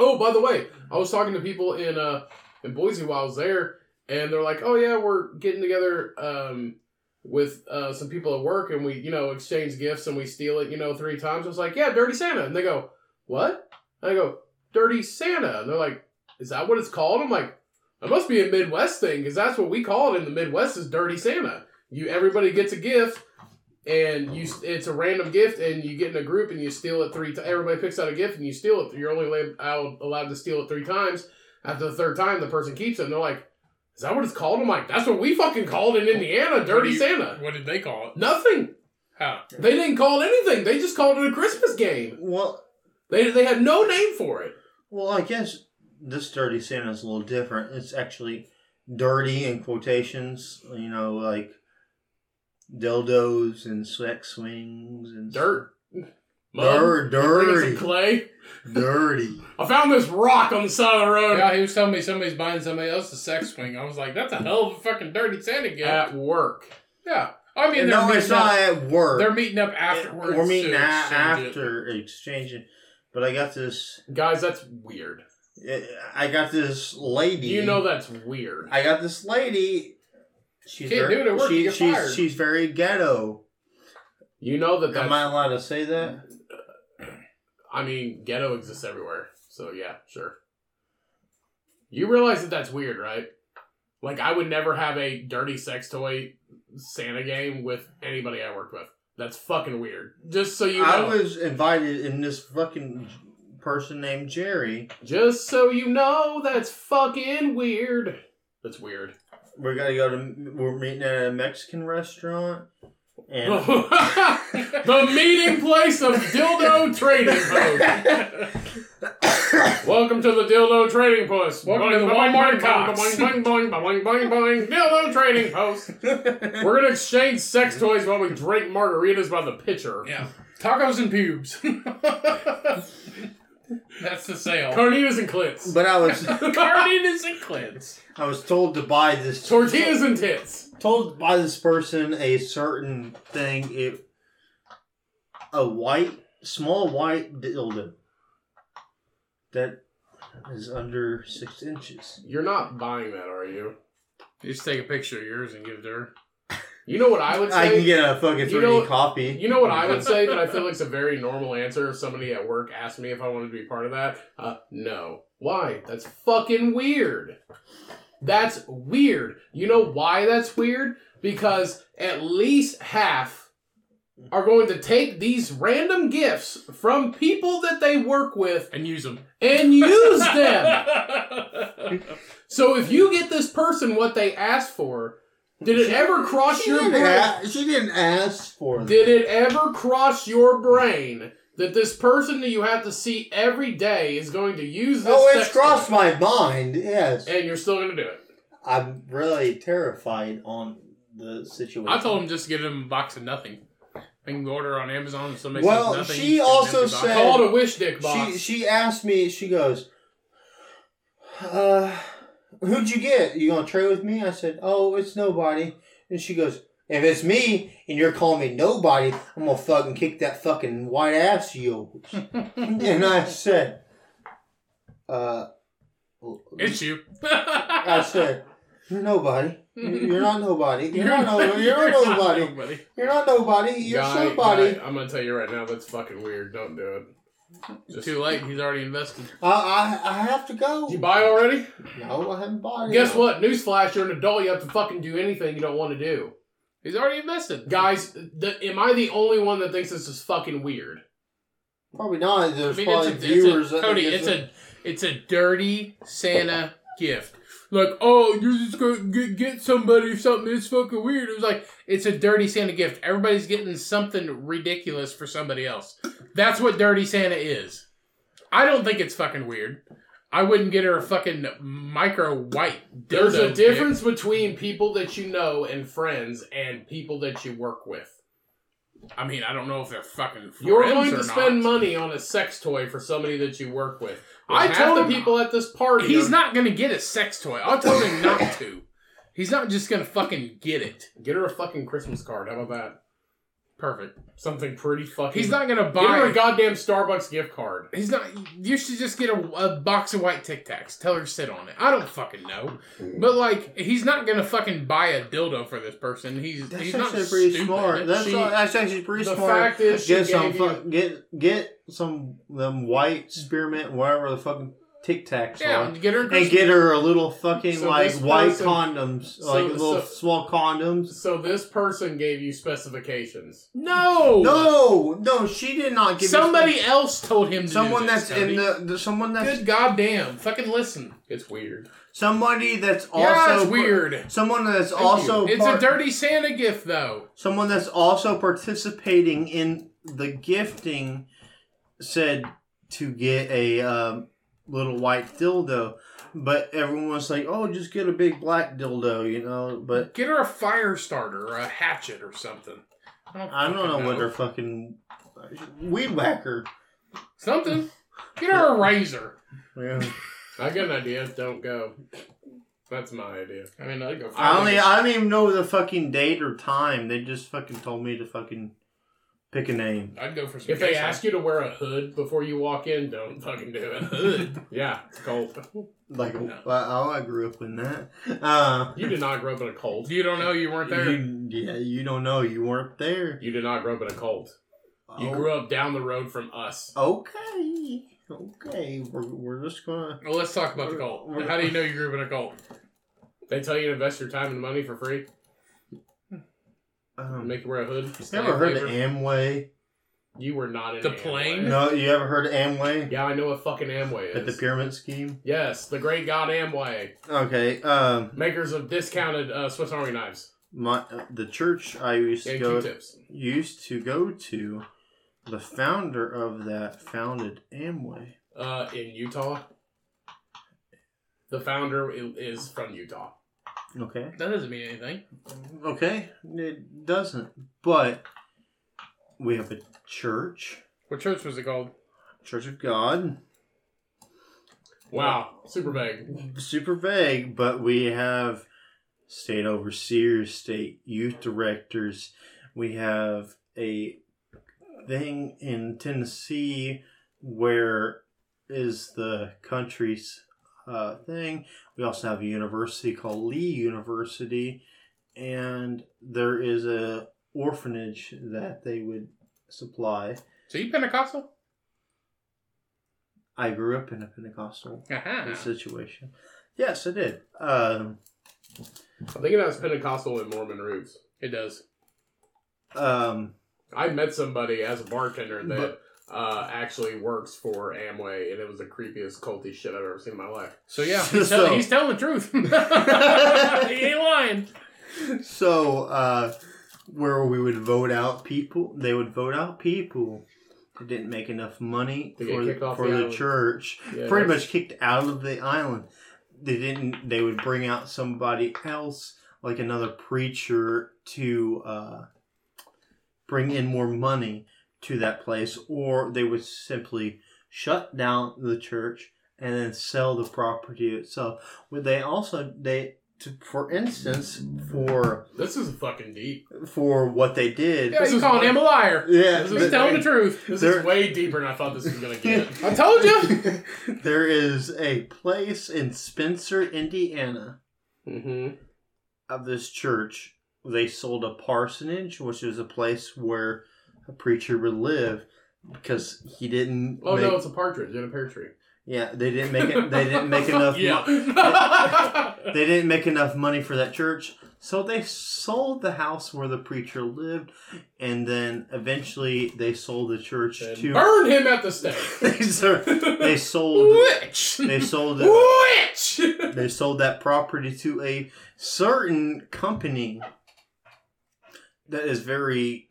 Speaker 1: oh. By the way, I was talking to people in uh in Boise while I was there, and they're like, "Oh yeah, we're getting together um with uh some people at work, and we you know exchange gifts and we steal it you know three times." I was like, "Yeah, Dirty Santa," and they go, "What?" And I go, "Dirty Santa," and they're like, "Is that what it's called?" I'm like, "That must be a Midwest thing because that's what we call it in the Midwest is Dirty Santa. You everybody gets a gift." and you it's a random gift and you get in a group and you steal it three times everybody picks out a gift and you steal it you're only allowed, allowed to steal it three times after the third time the person keeps it and they're like is that what it's called i'm like that's what we fucking called in indiana dirty
Speaker 2: What do you-
Speaker 1: santa
Speaker 2: What did they call it?
Speaker 1: nothing
Speaker 2: How?
Speaker 1: they didn't call it anything they just called it a christmas game
Speaker 5: Well,
Speaker 1: they, they had no name for it
Speaker 5: well, I guess this dirty Santa's a little different. It's actually dirty in quotations. You know, like dildos and sex swings and
Speaker 1: dirt mud
Speaker 5: Dirt,
Speaker 1: bring us
Speaker 5: dirty,
Speaker 1: some clay
Speaker 5: dirty.
Speaker 1: i found this rock on the side of the road
Speaker 2: Yeah, he was telling me somebody's buying somebody else a sex swing. I was like, that's a hell of a fucking dirty Santa gift.
Speaker 1: at work
Speaker 2: yeah. I mean, they're
Speaker 5: no,
Speaker 2: meeting
Speaker 5: it's
Speaker 2: up-
Speaker 5: not at work.
Speaker 2: They're meeting up afterwards.
Speaker 5: We're meeting
Speaker 2: to
Speaker 5: a-
Speaker 2: exchange it.
Speaker 5: after exchanging. But I got this.
Speaker 1: guys that's weird
Speaker 5: I got this lady.
Speaker 1: you know that's weird
Speaker 5: I got this lady. She's
Speaker 2: Can't
Speaker 5: very,
Speaker 2: do it at work,
Speaker 5: she-
Speaker 2: you get
Speaker 5: she's
Speaker 2: fired.
Speaker 5: she's very ghetto.
Speaker 1: you know that that's
Speaker 5: Am I allowed to say that?
Speaker 1: I mean, ghetto exists everywhere. So yeah, sure. You realize that that's weird, right? Like I would never have a dirty sex toy Santa game with anybody I worked with. That's fucking weird. Just so you know.
Speaker 5: I was invited in this fucking person named Jerry.
Speaker 1: Just so you know, that's fucking weird. That's weird.
Speaker 5: We're gonna go to. We're meeting at a Mexican restaurant. And
Speaker 1: the meeting place of dildo trading post. Welcome to the dildo trading post.
Speaker 2: Welcome to the Walmart Cox.
Speaker 1: Boing, boing, boing, boing, boing, boing, dildo trading post. We're gonna exchange sex toys while we drink margaritas by the pitcher.
Speaker 2: Yeah. Tacos and pubes. That's the sale.
Speaker 1: Carnitas and clits.
Speaker 5: but I was
Speaker 2: Carnitas and clits.
Speaker 5: I was told to buy this
Speaker 1: Tortillas and tits.
Speaker 5: told by this person a certain thing it a white small white dildo that is under six inches.
Speaker 1: You're not buying that, are you?
Speaker 2: You just take a picture of yours and give it to her.
Speaker 1: You know what I would say?
Speaker 5: I can get a fucking
Speaker 1: you
Speaker 5: 3D
Speaker 1: know-
Speaker 5: copy.
Speaker 1: You know what I would say that I feel like's a very normal answer if somebody at work asked me if I wanted to be part of that? Uh, no. Why? That's fucking weird. That's weird. You know why that's weird? Because at least half are going to take these random gifts from people that they work with
Speaker 2: And use them.
Speaker 1: and use them.
Speaker 2: them.
Speaker 1: So if you get this person what they asked for, did it ever cross
Speaker 5: She
Speaker 1: your
Speaker 5: didn't,
Speaker 1: brain?
Speaker 5: a- she didn't ask for that.
Speaker 1: Did it ever cross your brain that this person that you have to see every day is going to use this?
Speaker 5: Oh, it's
Speaker 1: sex
Speaker 5: crossed
Speaker 1: toy?
Speaker 5: my mind. Yes,
Speaker 1: And you're still going to do it.
Speaker 5: I'm really terrified on the situation.
Speaker 2: I told him just to get him a box of nothing. I can order on Amazon and somebody
Speaker 5: Well,
Speaker 2: says nothing.
Speaker 5: she
Speaker 2: you get an
Speaker 5: also
Speaker 2: empty box.
Speaker 5: said-
Speaker 1: Call it a wish dick box.
Speaker 5: She she asked me. She goes, uh, "Who'd you get? You gonna trade with me?" I said, "Oh, it's nobody." And she goes, "If it's me and you're calling me nobody, I'm gonna fucking kick that fucking white ass of yours." and I said, "Uh."
Speaker 2: It's you.
Speaker 5: I said, "You're nobody. You're not nobody. You're not no. You're not nobody. You're not nobody. You're
Speaker 1: Guy-
Speaker 5: somebody."
Speaker 1: guy, I'm going to tell you right now, that's fucking weird. Don't do it.
Speaker 2: It's too late. He's already invested.
Speaker 5: I, I I have to go.
Speaker 1: Did you buy already?
Speaker 5: No, I haven't bought it.
Speaker 1: Guess what? Newsflash, you're an adult. You have to fucking do anything you don't want to do.
Speaker 2: He's already invested.
Speaker 1: Guys, the, am I the only one that thinks this is fucking weird?
Speaker 5: Probably not.
Speaker 2: I
Speaker 5: There's
Speaker 2: mean,
Speaker 5: probably
Speaker 2: it's a,
Speaker 5: viewers.
Speaker 2: it's a,
Speaker 5: that
Speaker 2: Cody,
Speaker 5: think
Speaker 2: it's a it's a dirty Santa gift. Like, oh, you're just gonna get, get somebody something. It's fucking weird. It was like it's a dirty Santa gift. Everybody's getting something ridiculous for somebody else. That's what dirty Santa is. I don't think it's fucking weird. I wouldn't get her a fucking micro white.
Speaker 1: There's
Speaker 2: dildo
Speaker 1: a difference between people that you know and friends and people that you work with.
Speaker 2: gift. I mean, I don't know if they're fucking.
Speaker 1: You're
Speaker 2: friends
Speaker 1: going
Speaker 2: or
Speaker 1: to
Speaker 2: not.
Speaker 1: spend money on a sex toy for somebody that you work with.
Speaker 2: Well,
Speaker 1: I
Speaker 2: half
Speaker 1: told
Speaker 2: the-
Speaker 1: the people at this party. um,
Speaker 2: He's not gonna get a sex toy. I told him not to. He's not just gonna fucking get it.
Speaker 1: Get her a fucking Christmas card. How about that?
Speaker 2: Perfect.
Speaker 1: Something pretty fucking.
Speaker 2: He's not gonna
Speaker 1: Get her a
Speaker 2: buy.
Speaker 1: goddamn Starbucks gift card.
Speaker 2: He's not. You should just get a, a box of white Tic Tacs. Tell her to sit on it. I don't fucking know.
Speaker 1: Mm.
Speaker 2: But like, he's not gonna fucking buy a dildo for this person. He's
Speaker 5: That's
Speaker 2: he's not
Speaker 5: actually pretty
Speaker 2: stupid.
Speaker 5: smart. That's,
Speaker 1: She-
Speaker 5: all, that's actually pretty
Speaker 1: The
Speaker 5: smart.
Speaker 1: fact is, she
Speaker 5: get some
Speaker 1: gave
Speaker 5: fuck,
Speaker 1: you.
Speaker 5: get get some them white spearmint, whatever the fucking tic tacs
Speaker 2: yeah,
Speaker 5: are,
Speaker 2: get her.
Speaker 5: and get her a little fucking
Speaker 1: So
Speaker 5: like
Speaker 1: this
Speaker 5: white
Speaker 1: person-
Speaker 5: condoms,
Speaker 1: so-
Speaker 5: like little
Speaker 1: so-
Speaker 5: small condoms.
Speaker 1: So this person gave you specifications.
Speaker 2: no,
Speaker 5: No, no, she did not give me-
Speaker 2: Somebody else told him. To
Speaker 5: someone
Speaker 2: do
Speaker 5: that's
Speaker 2: this,
Speaker 5: in
Speaker 2: Cody.
Speaker 5: the, the someone that's
Speaker 2: Good goddamn! Fucking listen.
Speaker 1: It's weird.
Speaker 5: somebody that's also
Speaker 2: yeah, it's
Speaker 5: par-
Speaker 2: weird.
Speaker 5: Someone that's
Speaker 2: Thank
Speaker 5: also
Speaker 2: you. it's
Speaker 5: part-
Speaker 2: a dirty Santa gift though.
Speaker 5: someone that's also participating in the gifting said to get a um, little white dildo but everyone was like oh just get a big black dildo you know but
Speaker 2: Get her a fire starter or a hatchet or something.
Speaker 5: i don't know
Speaker 2: fucking
Speaker 5: what they're fucking weed whacker
Speaker 2: Something. Get her a razor.
Speaker 5: yeah.
Speaker 1: I got an idea. Don't go. That's my idea.
Speaker 2: I mean, I'd go. For
Speaker 5: i only i don't even know the fucking date or time they just fucking told me to fucking pick a name
Speaker 2: I'd go for some.
Speaker 1: If they
Speaker 2: queso.
Speaker 1: ask you to wear a hood before you walk in, don't fucking do it. Hood. Yeah, cult.
Speaker 5: like
Speaker 2: No.
Speaker 5: well, i grew up in that uh
Speaker 1: You did not grow up in a cult.
Speaker 2: you don't know you weren't there.
Speaker 5: you, yeah you don't know you weren't there
Speaker 1: You did not grow up in a cult. You
Speaker 5: Oh.
Speaker 1: grew up down the road from us.
Speaker 5: Okay. Okay. We're, we're just gonna.
Speaker 2: well, let's talk about the cult. How do you know you grew up in a cult?
Speaker 1: They tell you to invest your time and money for free.
Speaker 5: Um,
Speaker 1: Make you wear a hood.
Speaker 5: you ever heard of Amway?
Speaker 1: You were not in
Speaker 2: The
Speaker 1: Amway.
Speaker 2: plane?
Speaker 5: No, you ever heard of Amway?
Speaker 1: Yeah, I know what fucking Amway
Speaker 5: At the
Speaker 1: is.
Speaker 5: pyramid scheme.
Speaker 1: yes, the great god Amway,
Speaker 5: Okay. Um,
Speaker 1: makers of discounted uh, Swiss Army knives
Speaker 5: my uh, the church I used to
Speaker 1: and
Speaker 5: go
Speaker 1: Q-tips.
Speaker 5: used to go to, the founder of that founded Amway.
Speaker 1: Uh, in Utah, the founder i- is from Utah.
Speaker 5: Okay.
Speaker 2: That doesn't mean anything.
Speaker 5: Okay. It doesn't, but we have a church,
Speaker 2: What church was it called?
Speaker 5: Church of God.
Speaker 1: Wow, super big.
Speaker 5: super vague, but we have state overseers, state youth directors. We have a thing in Tennessee where is the country's uh, thing. We also have a university called Lee University, and there is a orphanage that they would supply.
Speaker 2: So you Pentecostal?
Speaker 5: I grew up in a Pentecostal
Speaker 2: Uh-huh.
Speaker 5: situation. Yes, I did. Um,
Speaker 1: I think it has Pentecostal and Mormon roots.
Speaker 2: It does.
Speaker 5: um,
Speaker 1: I met somebody as a bartender that uh, actually works for Amway, and it was the creepiest culty shit I've ever seen in my life.
Speaker 2: So yeah,
Speaker 5: So-
Speaker 2: he's, tell- he's telling the truth. he ain't lying.
Speaker 5: so uh, where we would vote out people, they would vote out people who didn't make enough money
Speaker 1: To get
Speaker 5: for,
Speaker 1: kicked
Speaker 5: the,
Speaker 1: off
Speaker 5: for
Speaker 1: the
Speaker 5: the
Speaker 1: island.
Speaker 5: church.
Speaker 1: Yeah,
Speaker 5: Pretty
Speaker 1: that's-
Speaker 5: much kicked out of the island. They didn't. They would bring out somebody else, like another preacher, to uh, bring in more money to that place, or they would simply shut down the church and then sell the property itself. Would they also they to, for instance for
Speaker 1: This is fucking deep.
Speaker 5: for what they did?
Speaker 2: Yeah,
Speaker 1: This
Speaker 2: you
Speaker 1: is
Speaker 2: calling
Speaker 1: like-
Speaker 2: him a liar.
Speaker 5: Yeah,
Speaker 2: He's
Speaker 1: is
Speaker 5: th-
Speaker 2: telling the truth.
Speaker 1: This
Speaker 5: There-
Speaker 1: is way deeper than I thought this was gonna get.
Speaker 2: I told
Speaker 1: Oh,
Speaker 2: you.
Speaker 5: there is a place in Spencer, Indiana.
Speaker 1: mm-hmm.
Speaker 5: of this church, they sold a parsonage, which is a place where a preacher would live because he didn't.
Speaker 1: Oh
Speaker 5: make,
Speaker 1: no, it's a partridge in a pear tree.
Speaker 5: Yeah, they didn't make it. They didn't make enough. mo-
Speaker 2: Yeah.
Speaker 5: they didn't make enough money for that church, so they sold the house where the preacher lived, and then eventually they sold the church
Speaker 2: And
Speaker 5: to.
Speaker 2: Burn him at the stake.
Speaker 5: they, ser- they sold.
Speaker 2: Witch.
Speaker 5: They sold it.
Speaker 2: Witch.
Speaker 5: They sold that property to a certain company that is very.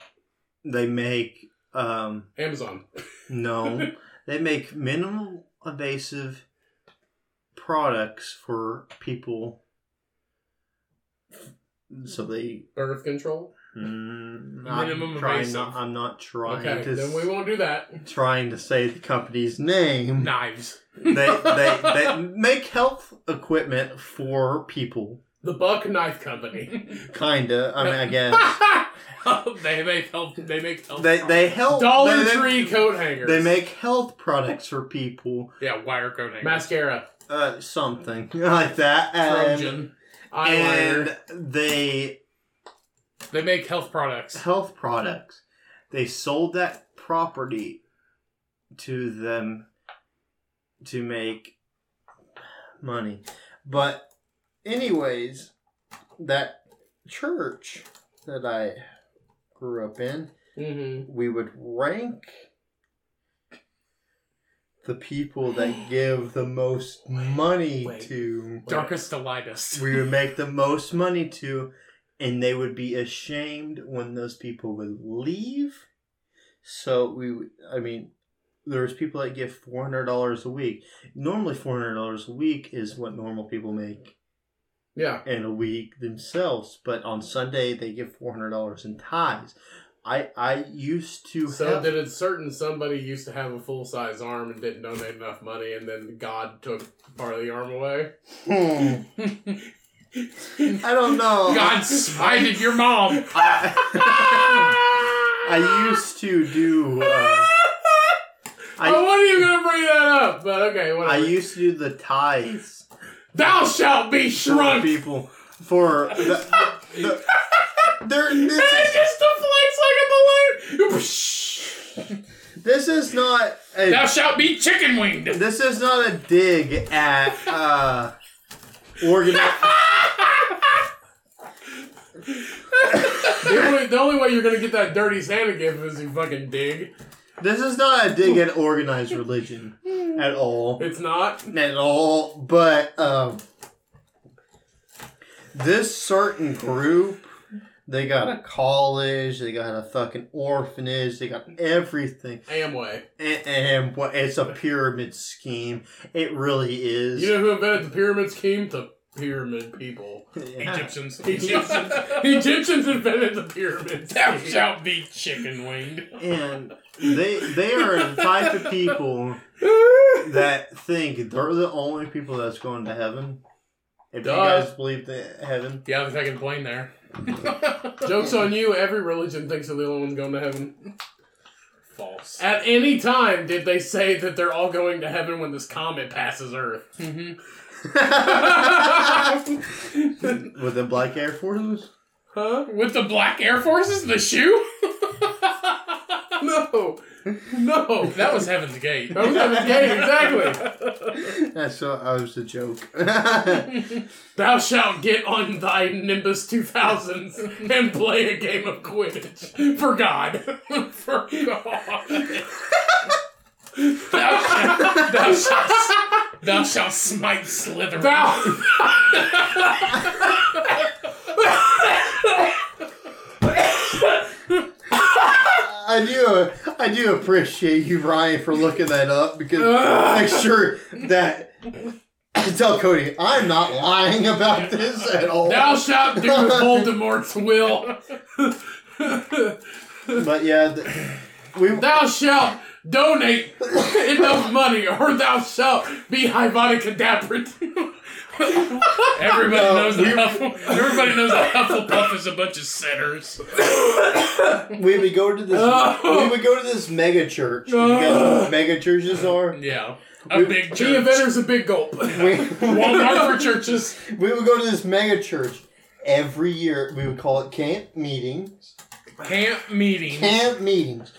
Speaker 5: They make um
Speaker 1: Amazon.
Speaker 5: no, they make minimal invasive products for people. So they
Speaker 1: Birth control.
Speaker 5: mm,
Speaker 2: Minimum
Speaker 5: I'm trying
Speaker 2: invasive.
Speaker 5: not, I'm not trying
Speaker 1: Okay,
Speaker 5: to
Speaker 1: then we
Speaker 5: s-
Speaker 1: won't do that.
Speaker 5: trying to say the company's name.
Speaker 2: Knives.
Speaker 5: They, they they make health equipment for people.
Speaker 1: The Buck Knife Company.
Speaker 5: Kinda. I mean, I guess.
Speaker 2: they make help. They make help.
Speaker 5: They they help
Speaker 1: Dollar
Speaker 5: they, they-
Speaker 1: Tree coat hangers.
Speaker 5: They make health products for people,
Speaker 2: yeah, wire code hangers.
Speaker 1: mascara,
Speaker 5: uh, something like that, and,
Speaker 2: Trojan.
Speaker 1: eyeliner.
Speaker 5: and they
Speaker 2: They make health products.
Speaker 5: health products. They sold that property to them to make money, but anyways, that church that I grew up in
Speaker 1: mm-hmm.
Speaker 5: we would rank the people that give the most money
Speaker 2: wait,
Speaker 5: to
Speaker 2: Darkest to lightest.
Speaker 5: we would make the most money to and they would be ashamed when those people would leave so we would- i mean there's people that give $400 a week normally $400 a week is what normal people make
Speaker 1: Yeah.
Speaker 5: in a week themselves but on sunday they give $400 in ties i i used to
Speaker 1: So
Speaker 5: have
Speaker 1: did it certain somebody used to have a full size arm and didn't donate enough money, and then God took part of the arm away?
Speaker 5: Hmm. I don't know.
Speaker 2: God smited your mom.
Speaker 5: I, I used to do. Uh,
Speaker 1: I,
Speaker 5: I
Speaker 1: wasn't even gonna bring that up, but okay, whatever.
Speaker 5: I used to do the tithes
Speaker 1: Thou shalt be
Speaker 5: for
Speaker 1: shrunk.
Speaker 5: people for the, the, there. This
Speaker 2: It
Speaker 5: is,
Speaker 2: just deflates like a balloon.
Speaker 5: this is not
Speaker 2: Thou
Speaker 5: a
Speaker 2: shalt be chicken winged.
Speaker 5: this is not a dig at uh, organi-
Speaker 1: the, only, the only way you're gonna get that dirty Santa gift is you fucking dig.
Speaker 5: This is not a dig at organized religion at all.
Speaker 1: It's not.
Speaker 5: at all, but um, this certain group, they got a college, they got a fucking orphanage, they got everything,
Speaker 1: Amway.
Speaker 5: and, and what it's a pyramid scheme. It really is.
Speaker 1: You know who invented the pyramid scheme? The pyramid people.
Speaker 5: Yeah.
Speaker 2: Egyptians.
Speaker 1: Egyptians, Egyptians invented the pyramids.
Speaker 2: Thou shalt be chicken winged.
Speaker 5: and they they are the type of people that think they're the only people that's going to heaven. If
Speaker 1: Duh.
Speaker 5: you guys believe that heaven,
Speaker 2: Yeah, the second plane there.
Speaker 1: Joke's on you. Every religion thinks they're the only ones going to heaven.
Speaker 2: False.
Speaker 1: At any time did they say that they're all going to heaven when this comet passes Earth.
Speaker 2: hmm
Speaker 5: With the black Air Forces?
Speaker 1: Huh?
Speaker 2: With the black Air Forces, the shoe?
Speaker 1: No. No.
Speaker 2: that was Heaven's Gate.
Speaker 1: That was Heaven's Gate, exactly.
Speaker 5: That's so, I was a joke. I
Speaker 1: Thou shalt get on thy Nimbus 2000s and play a game of Quidditch for God. for God.
Speaker 2: Thou shalt, thou shalt, thou shalt smite Slytherin.
Speaker 1: Thou.
Speaker 5: do I do appreciate you, Ryan, for looking that up because make sure that tell Cody I'm not lying about this at all.
Speaker 1: Thou shalt do Voldemort's will.
Speaker 5: But yeah, th- we
Speaker 1: Thou shalt donate enough money, or thou shalt be Hyvotic Cadabra.
Speaker 2: Everybody
Speaker 5: No,
Speaker 2: knows that
Speaker 5: we-
Speaker 2: Huffle, everybody knows that Hufflepuff is a bunch of sinners.
Speaker 5: we would go to this we would go to this mega church. You guys know what mega churches are.
Speaker 2: Yeah, a
Speaker 5: We-
Speaker 2: big
Speaker 1: The
Speaker 2: church.
Speaker 1: inventor's a big gulp.
Speaker 5: We,
Speaker 2: Walmart for churches.
Speaker 5: we would go to this mega church every year. We would call it camp meetings.
Speaker 2: Camp meeting.
Speaker 5: Camp meetings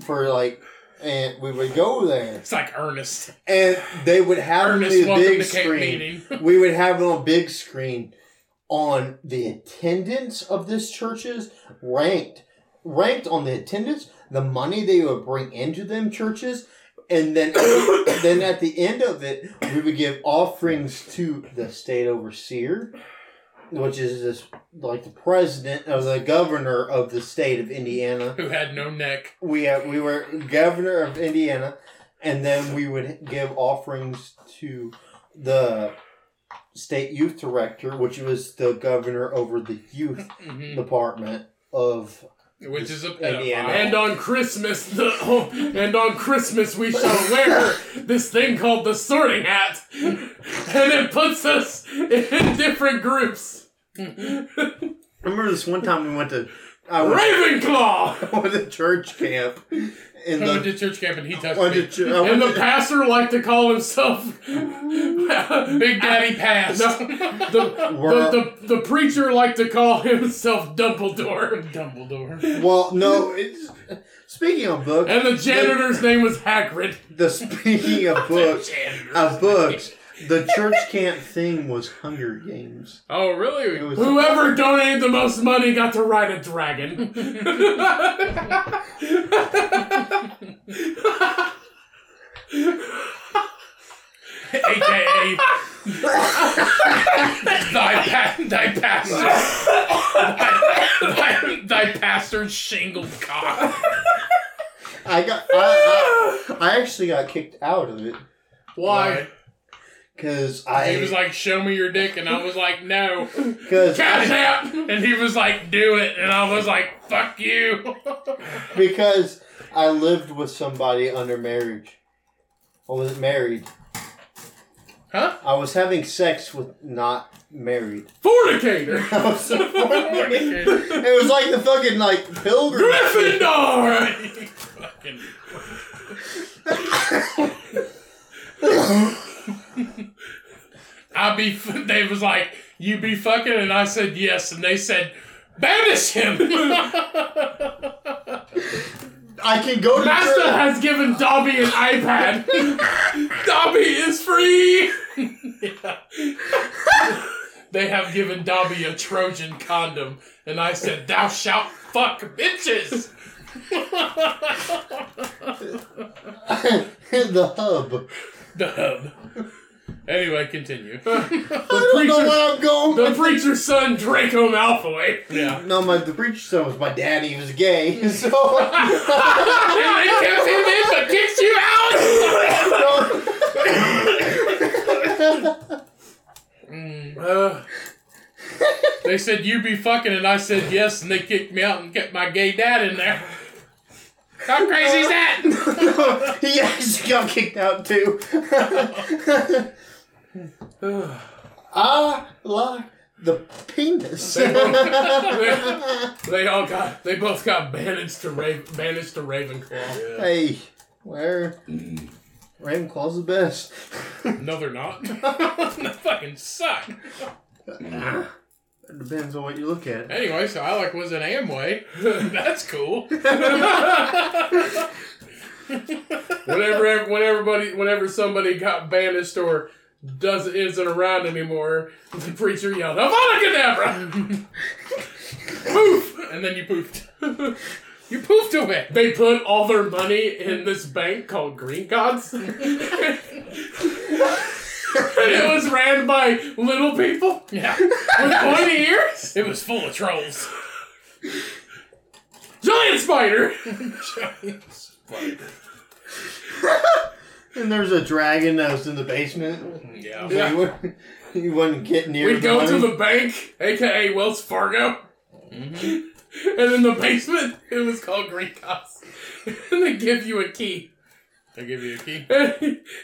Speaker 5: for like, and we would go there,
Speaker 2: It's like Ernest.
Speaker 5: and they would have them on
Speaker 2: Ernest,
Speaker 5: the
Speaker 2: welcome
Speaker 5: big
Speaker 2: to camp
Speaker 5: screen.
Speaker 2: meeting.
Speaker 5: We would have it on big screen on the attendance of this churches ranked, ranked on the attendance, the money they would bring into them churches. And then, then at the end of it, we would give offerings to the state overseer, which is this like the president or the governor of the state of Indiana.
Speaker 2: Who had no neck.
Speaker 5: We uh, we were governor of Indiana, and then we would give offerings to the state youth director, which was the governor over the youth
Speaker 1: Mm-hmm.
Speaker 2: Mhm.
Speaker 5: department of.
Speaker 2: Which is a
Speaker 5: Indiana.
Speaker 2: pedophile.
Speaker 1: And on Christmas, the oh, and on Christmas we shall wear this thing called the sorting hat, and it puts us in different groups.
Speaker 5: I remember this one time we went to. I went,
Speaker 1: Ravenclaw,
Speaker 5: I went to church camp, in
Speaker 2: I went
Speaker 5: the.
Speaker 2: to church camp and he touched
Speaker 5: went
Speaker 2: me.
Speaker 5: to chu- I
Speaker 1: and
Speaker 5: went
Speaker 1: the
Speaker 5: to-
Speaker 1: pastor liked to call himself
Speaker 2: Big Daddy passed.
Speaker 1: No, the,
Speaker 5: We're-
Speaker 1: the, the, the preacher liked to call himself Dumbledore,
Speaker 2: Dumbledore.
Speaker 5: well, no. It's, speaking of books,
Speaker 1: and the janitor's name was Hagrid.
Speaker 5: the speaking of books, of books, the church camp thing was Hunger Games.
Speaker 2: Oh, really?
Speaker 5: It was
Speaker 1: Whoever donated the most money got to ride a dragon.
Speaker 2: AKA thy, pa- thy pastor. thy, thy pastor's shingled cock.
Speaker 5: I got I, I, I actually got kicked out of it
Speaker 1: Why?
Speaker 5: because
Speaker 2: He was
Speaker 5: I
Speaker 2: like, show me your dick. And I was like, no.
Speaker 5: because
Speaker 2: Cash out. And he was like, do it. And I was like, fuck you.
Speaker 5: because I lived with somebody under marriage. I wasn't married.
Speaker 2: Huh?
Speaker 5: I was having sex with not married.
Speaker 1: Fornicator!
Speaker 5: I was so horny. it was like the fucking like pilgrim.
Speaker 1: Gryffindor!
Speaker 2: Fucking- I be. They was like, "You be fucking," and I said yes, and they said, "Banish him."
Speaker 5: I can go to
Speaker 1: Master
Speaker 5: church.
Speaker 1: has given Dobby an iPad. Dobby is free!
Speaker 2: they have given Dobby a Trojan condom, and I said, "Thou shalt fuck bitches."
Speaker 5: the hub.
Speaker 2: The hub. Anyway, continue.
Speaker 5: I don't know
Speaker 1: preacher-
Speaker 5: where I'm going.
Speaker 1: The preacher's son, Draco Malfoy.
Speaker 2: yeah.
Speaker 5: no, my the preacher son was my daddy. He was gay, so
Speaker 2: And they kept him in, but kicked you out.
Speaker 1: Uh,
Speaker 2: They said you be fucking, and I said yes, and they kicked me out and kept my gay dad in there. How crazy is that?
Speaker 5: he actually got kicked out too. I like the penis.
Speaker 2: They all got. They both got banished to Raven, banished to Ravenclaw.
Speaker 5: hey, where? Ravenclaw's the best.
Speaker 2: No, they're not. they fucking suck.
Speaker 5: It depends on what you look at.
Speaker 2: Anyway, so Alec was in Amway. That's cool. whenever, when everybody, whenever somebody got banished or does isn't around anymore, the preacher yelled, "Avada Kedavra!" poof, and then you poofed. You poofed away. They put all their money in this bank called Green Gods. and it was ran by little people. Yeah. With pointy ears. It was full of trolls. Giant spider.
Speaker 5: And there's a dragon that was in the basement.
Speaker 2: Yeah.
Speaker 5: You, wouldn't, you wouldn't get near.
Speaker 2: We'd go to
Speaker 5: money.
Speaker 2: the bank, aka Wells Fargo, and in the basement it was called Green House. and they give you a key.
Speaker 1: They give you a key.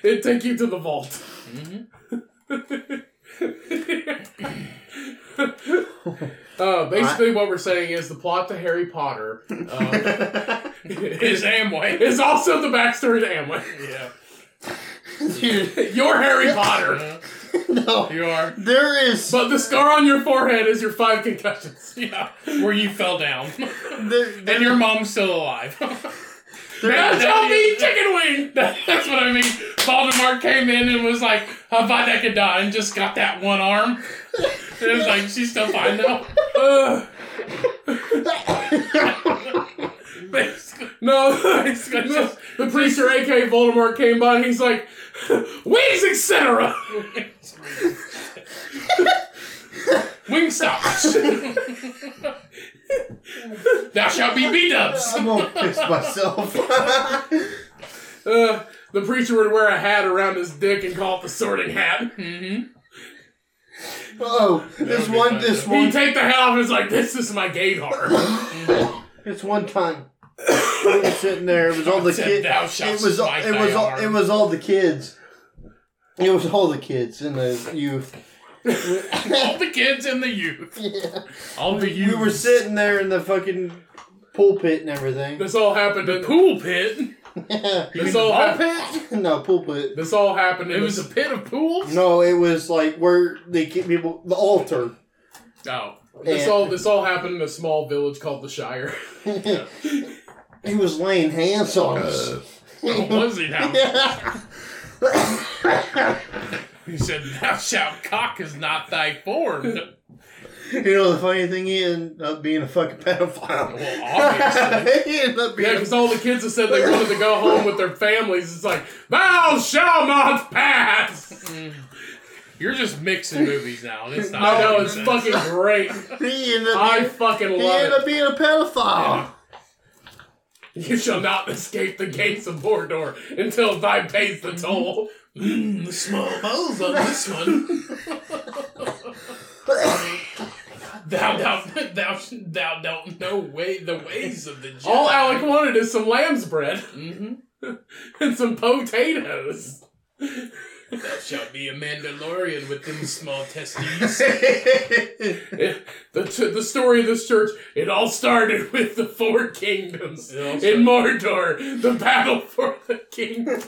Speaker 2: It'd take you to the vault.
Speaker 1: Uh, basically, what we're saying is the plot to Harry Potter uh,
Speaker 2: Is Amway.
Speaker 1: is also the backstory to Amway.
Speaker 2: Yeah.
Speaker 5: Dude,
Speaker 1: You're Harry Potter,
Speaker 5: no,
Speaker 2: You are.
Speaker 5: there is
Speaker 1: but the scar on your forehead is your five concussions.
Speaker 2: Yeah. Where you fell down.
Speaker 5: there,
Speaker 2: and your mom's still alive.
Speaker 5: there,
Speaker 2: That's
Speaker 1: Tell me,
Speaker 2: what
Speaker 1: chicken wing.
Speaker 2: I mean. Voldemort came in and was like, Havadekada, and just got that one arm. And it was like, she's still fine though.
Speaker 1: Ugh.
Speaker 2: Basically.
Speaker 1: No, it's gonna- the, preacher, aka Voldemort, came by and he's like, "Wings, etc."
Speaker 2: Wingstops. Thou shalt be B-dubs.
Speaker 5: I'm gonna piss myself.
Speaker 1: Uh, the preacher would wear a hat around his dick and call it the Sorting Hat.
Speaker 2: Mm-hmm.
Speaker 5: oh, this
Speaker 2: be
Speaker 5: one,
Speaker 2: fun,
Speaker 5: this
Speaker 2: though.
Speaker 1: He'd
Speaker 5: one,
Speaker 1: take the hat off and is like, "This is my gaydar."
Speaker 5: this one time. we were sitting there. It was all the
Speaker 2: Said,
Speaker 5: kids.
Speaker 2: "Thou shalt
Speaker 5: It was all,
Speaker 2: smite
Speaker 5: it
Speaker 2: thy
Speaker 5: was all,
Speaker 2: arm."
Speaker 5: it was all the kids. It was all the kids and the youth.
Speaker 2: All the kids and the youth.
Speaker 5: Yeah.
Speaker 2: All the youth.
Speaker 5: We were sitting there in the fucking pulpit and everything.
Speaker 1: This all happened in
Speaker 2: The pool pit.
Speaker 1: This all happened.
Speaker 5: no pulpit.
Speaker 1: This all happened.
Speaker 2: It was a pit of pools.
Speaker 5: No, it was like where they get people the altar.
Speaker 2: No.
Speaker 1: This
Speaker 5: And
Speaker 1: all this all happened in a small village called the Shire.
Speaker 5: he was laying hands on us.
Speaker 2: What was he now?
Speaker 5: Yeah.
Speaker 2: He said, "Thou shalt cock is not thy form."
Speaker 5: you know the funny thing, he ended up being a fucking pedophile.
Speaker 2: Well, obviously.
Speaker 5: he ended up
Speaker 1: Yeah,
Speaker 5: being.
Speaker 1: because all the kids that said they wanted to go home with their families, it's like, "Thou shalt not pass."
Speaker 2: You're just mixing movies now. and It's not.
Speaker 1: I know
Speaker 2: making
Speaker 1: it's
Speaker 2: sense.
Speaker 1: fucking great.
Speaker 5: he ended up.
Speaker 1: I
Speaker 5: being-
Speaker 1: fucking
Speaker 5: he ended
Speaker 1: love
Speaker 5: up being a pedophile.
Speaker 1: it. You shall not escape the gates of Mordor until thy pays the toll.
Speaker 2: Mm, the small holes on this one. thou don't, thou, thou don't know way the ways of the Jedi.
Speaker 1: All Alec wanted is some lamb's bread
Speaker 2: hmm
Speaker 1: and some potatoes.
Speaker 2: Thou shalt be a Mandalorian with them small testes.
Speaker 1: It- the, t- the story of this church, it all started with the four kingdoms.
Speaker 2: It all
Speaker 1: In Mordor, the battle for the kingdom.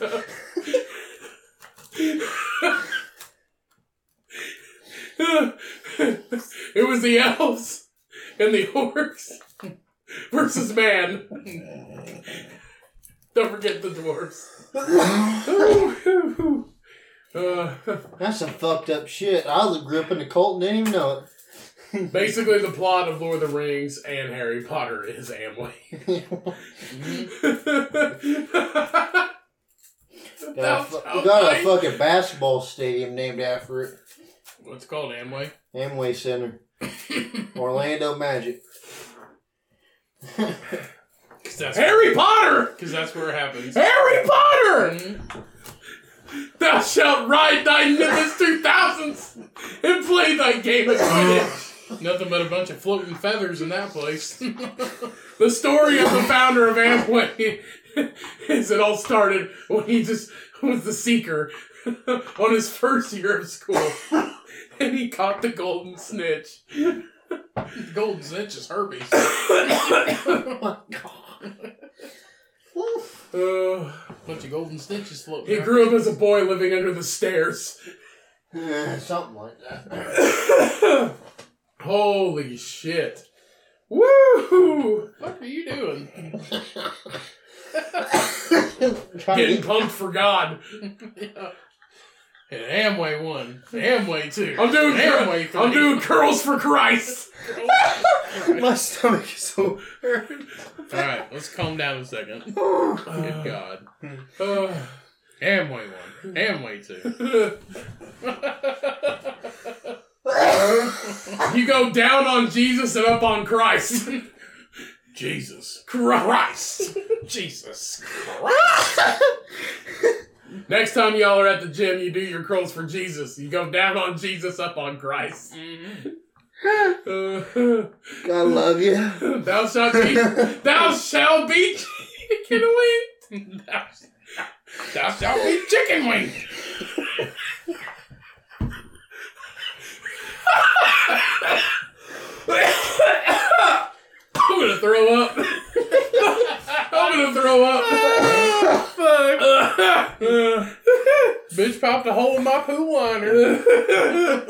Speaker 1: it was the elves and the orcs versus man. Don't forget the dwarves. Uh,
Speaker 5: That's some fucked up shit. I was grew up in the cult and didn't even know
Speaker 1: Basically, the plot of Lord of the Rings and Harry Potter is Amway.
Speaker 5: it. got, a, fu-
Speaker 1: That's
Speaker 5: got a
Speaker 1: outright.
Speaker 5: fucking basketball stadium named after it.
Speaker 2: What's it called Amway?
Speaker 5: Amway Center. Orlando Magic.
Speaker 2: Because that's
Speaker 1: Harry Potter!
Speaker 2: because that's where it happens. Mm-hmm.
Speaker 1: Harry Potter!
Speaker 2: Mhm.
Speaker 1: Thou shalt ride thy Nimbus 2000s and play thy game of Quidditch.
Speaker 2: Nothing but a bunch of floating feathers in that place.
Speaker 1: The story of the founder of Amway is it all started when he just was the seeker on his first year of school.
Speaker 2: and he caught the golden snitch.
Speaker 1: Golden Zinch is herpes.
Speaker 2: Uh,
Speaker 1: Bunch of golden snitches floating.
Speaker 2: he
Speaker 1: around.
Speaker 2: grew up as a boy living under the stairs.
Speaker 3: Something like that.
Speaker 2: Holy shit. Woo!
Speaker 1: What are you doing?
Speaker 3: Trying to
Speaker 2: Getting
Speaker 3: get-
Speaker 2: pumped for God.
Speaker 1: And Amway one, Amway two.
Speaker 2: I'm doing
Speaker 1: Amway
Speaker 2: cur- I'm doing curls for Christ.
Speaker 5: My stomach is so hurt.
Speaker 1: All right, let's calm down a second. Good God,
Speaker 2: Uh,
Speaker 1: Amway one, Amway two.
Speaker 2: you go down on Jesus and up on Christ.
Speaker 1: Jesus,
Speaker 2: Christ.
Speaker 1: Jesus.
Speaker 2: Next time y'all are at the gym, you do your curls for Jesus. You go down on Jesus, up on Christ. Uh,
Speaker 5: I love you.
Speaker 2: thou shalt be. Thou shalt be chicken wing.
Speaker 1: Thou, thou shalt be chicken wing.
Speaker 2: I'm gonna throw up. I'm gonna throw up. fuck.
Speaker 1: Bitch popped a hole in my poo liner.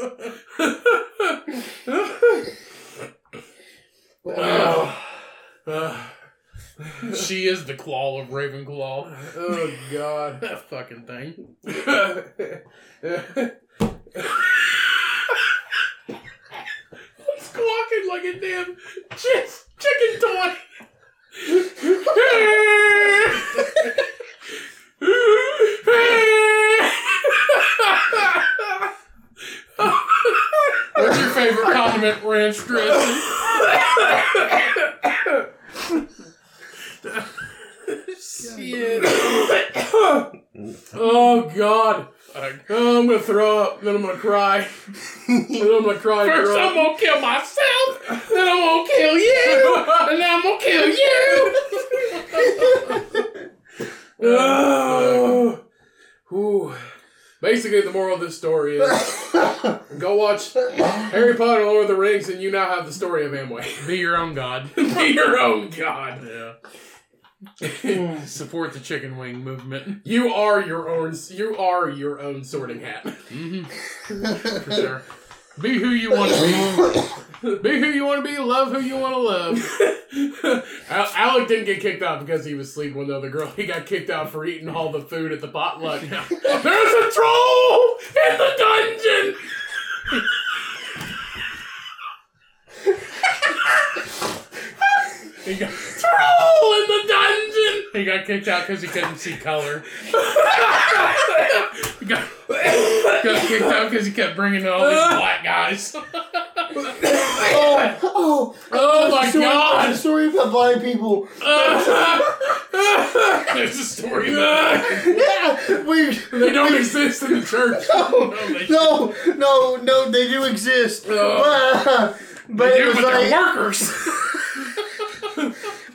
Speaker 2: oh,
Speaker 1: uh,
Speaker 2: oh,
Speaker 1: She is the claw of Ravenclaw.
Speaker 2: oh, God.
Speaker 1: That fucking thing.
Speaker 2: it's squawking like a damn chick- chicken toy.
Speaker 1: What's your favorite condiment ranch dressing?
Speaker 2: oh God!
Speaker 1: Fuck.
Speaker 2: Oh, I'm gonna throw up, then I'm gonna cry, then I'm gonna cry. and
Speaker 1: First
Speaker 2: throw
Speaker 1: I'm
Speaker 2: up.
Speaker 1: gonna kill myself, then I'm gonna kill you, and now I'm gonna kill you.
Speaker 2: Oh, Whew. Basically, the moral of this story is go watch Harry Potter, Lord of the Rings, and you now have the story of Amway.
Speaker 1: Be your own god.
Speaker 2: Be your own god.
Speaker 1: Yeah. Support the chicken wing movement.
Speaker 2: You are your own. You are your own sorting hat.
Speaker 1: Mm-hmm.
Speaker 2: For sure.
Speaker 1: Be who you want to
Speaker 2: Be who you want to be. Love who you want to love. Al- Alec didn't get kicked out because he was sleeping with another girl. He got kicked out for eating all the food at the potluck. There's a troll in the dungeon.
Speaker 1: be. He got,
Speaker 2: Troll in the dungeon.
Speaker 1: he got kicked out because he couldn't see color. he got, got kicked out because he kept bringing in all these black guys.
Speaker 3: oh, oh,
Speaker 2: Oh my
Speaker 3: sorry,
Speaker 2: god.
Speaker 3: Sorry about blind people.
Speaker 1: There's a story about it.
Speaker 3: Yeah, we
Speaker 2: they don't exist in the church.
Speaker 3: no, no, no, they do exist. But, uh, but
Speaker 1: They
Speaker 3: it
Speaker 1: do,
Speaker 3: was
Speaker 1: but they're
Speaker 3: like
Speaker 1: workers.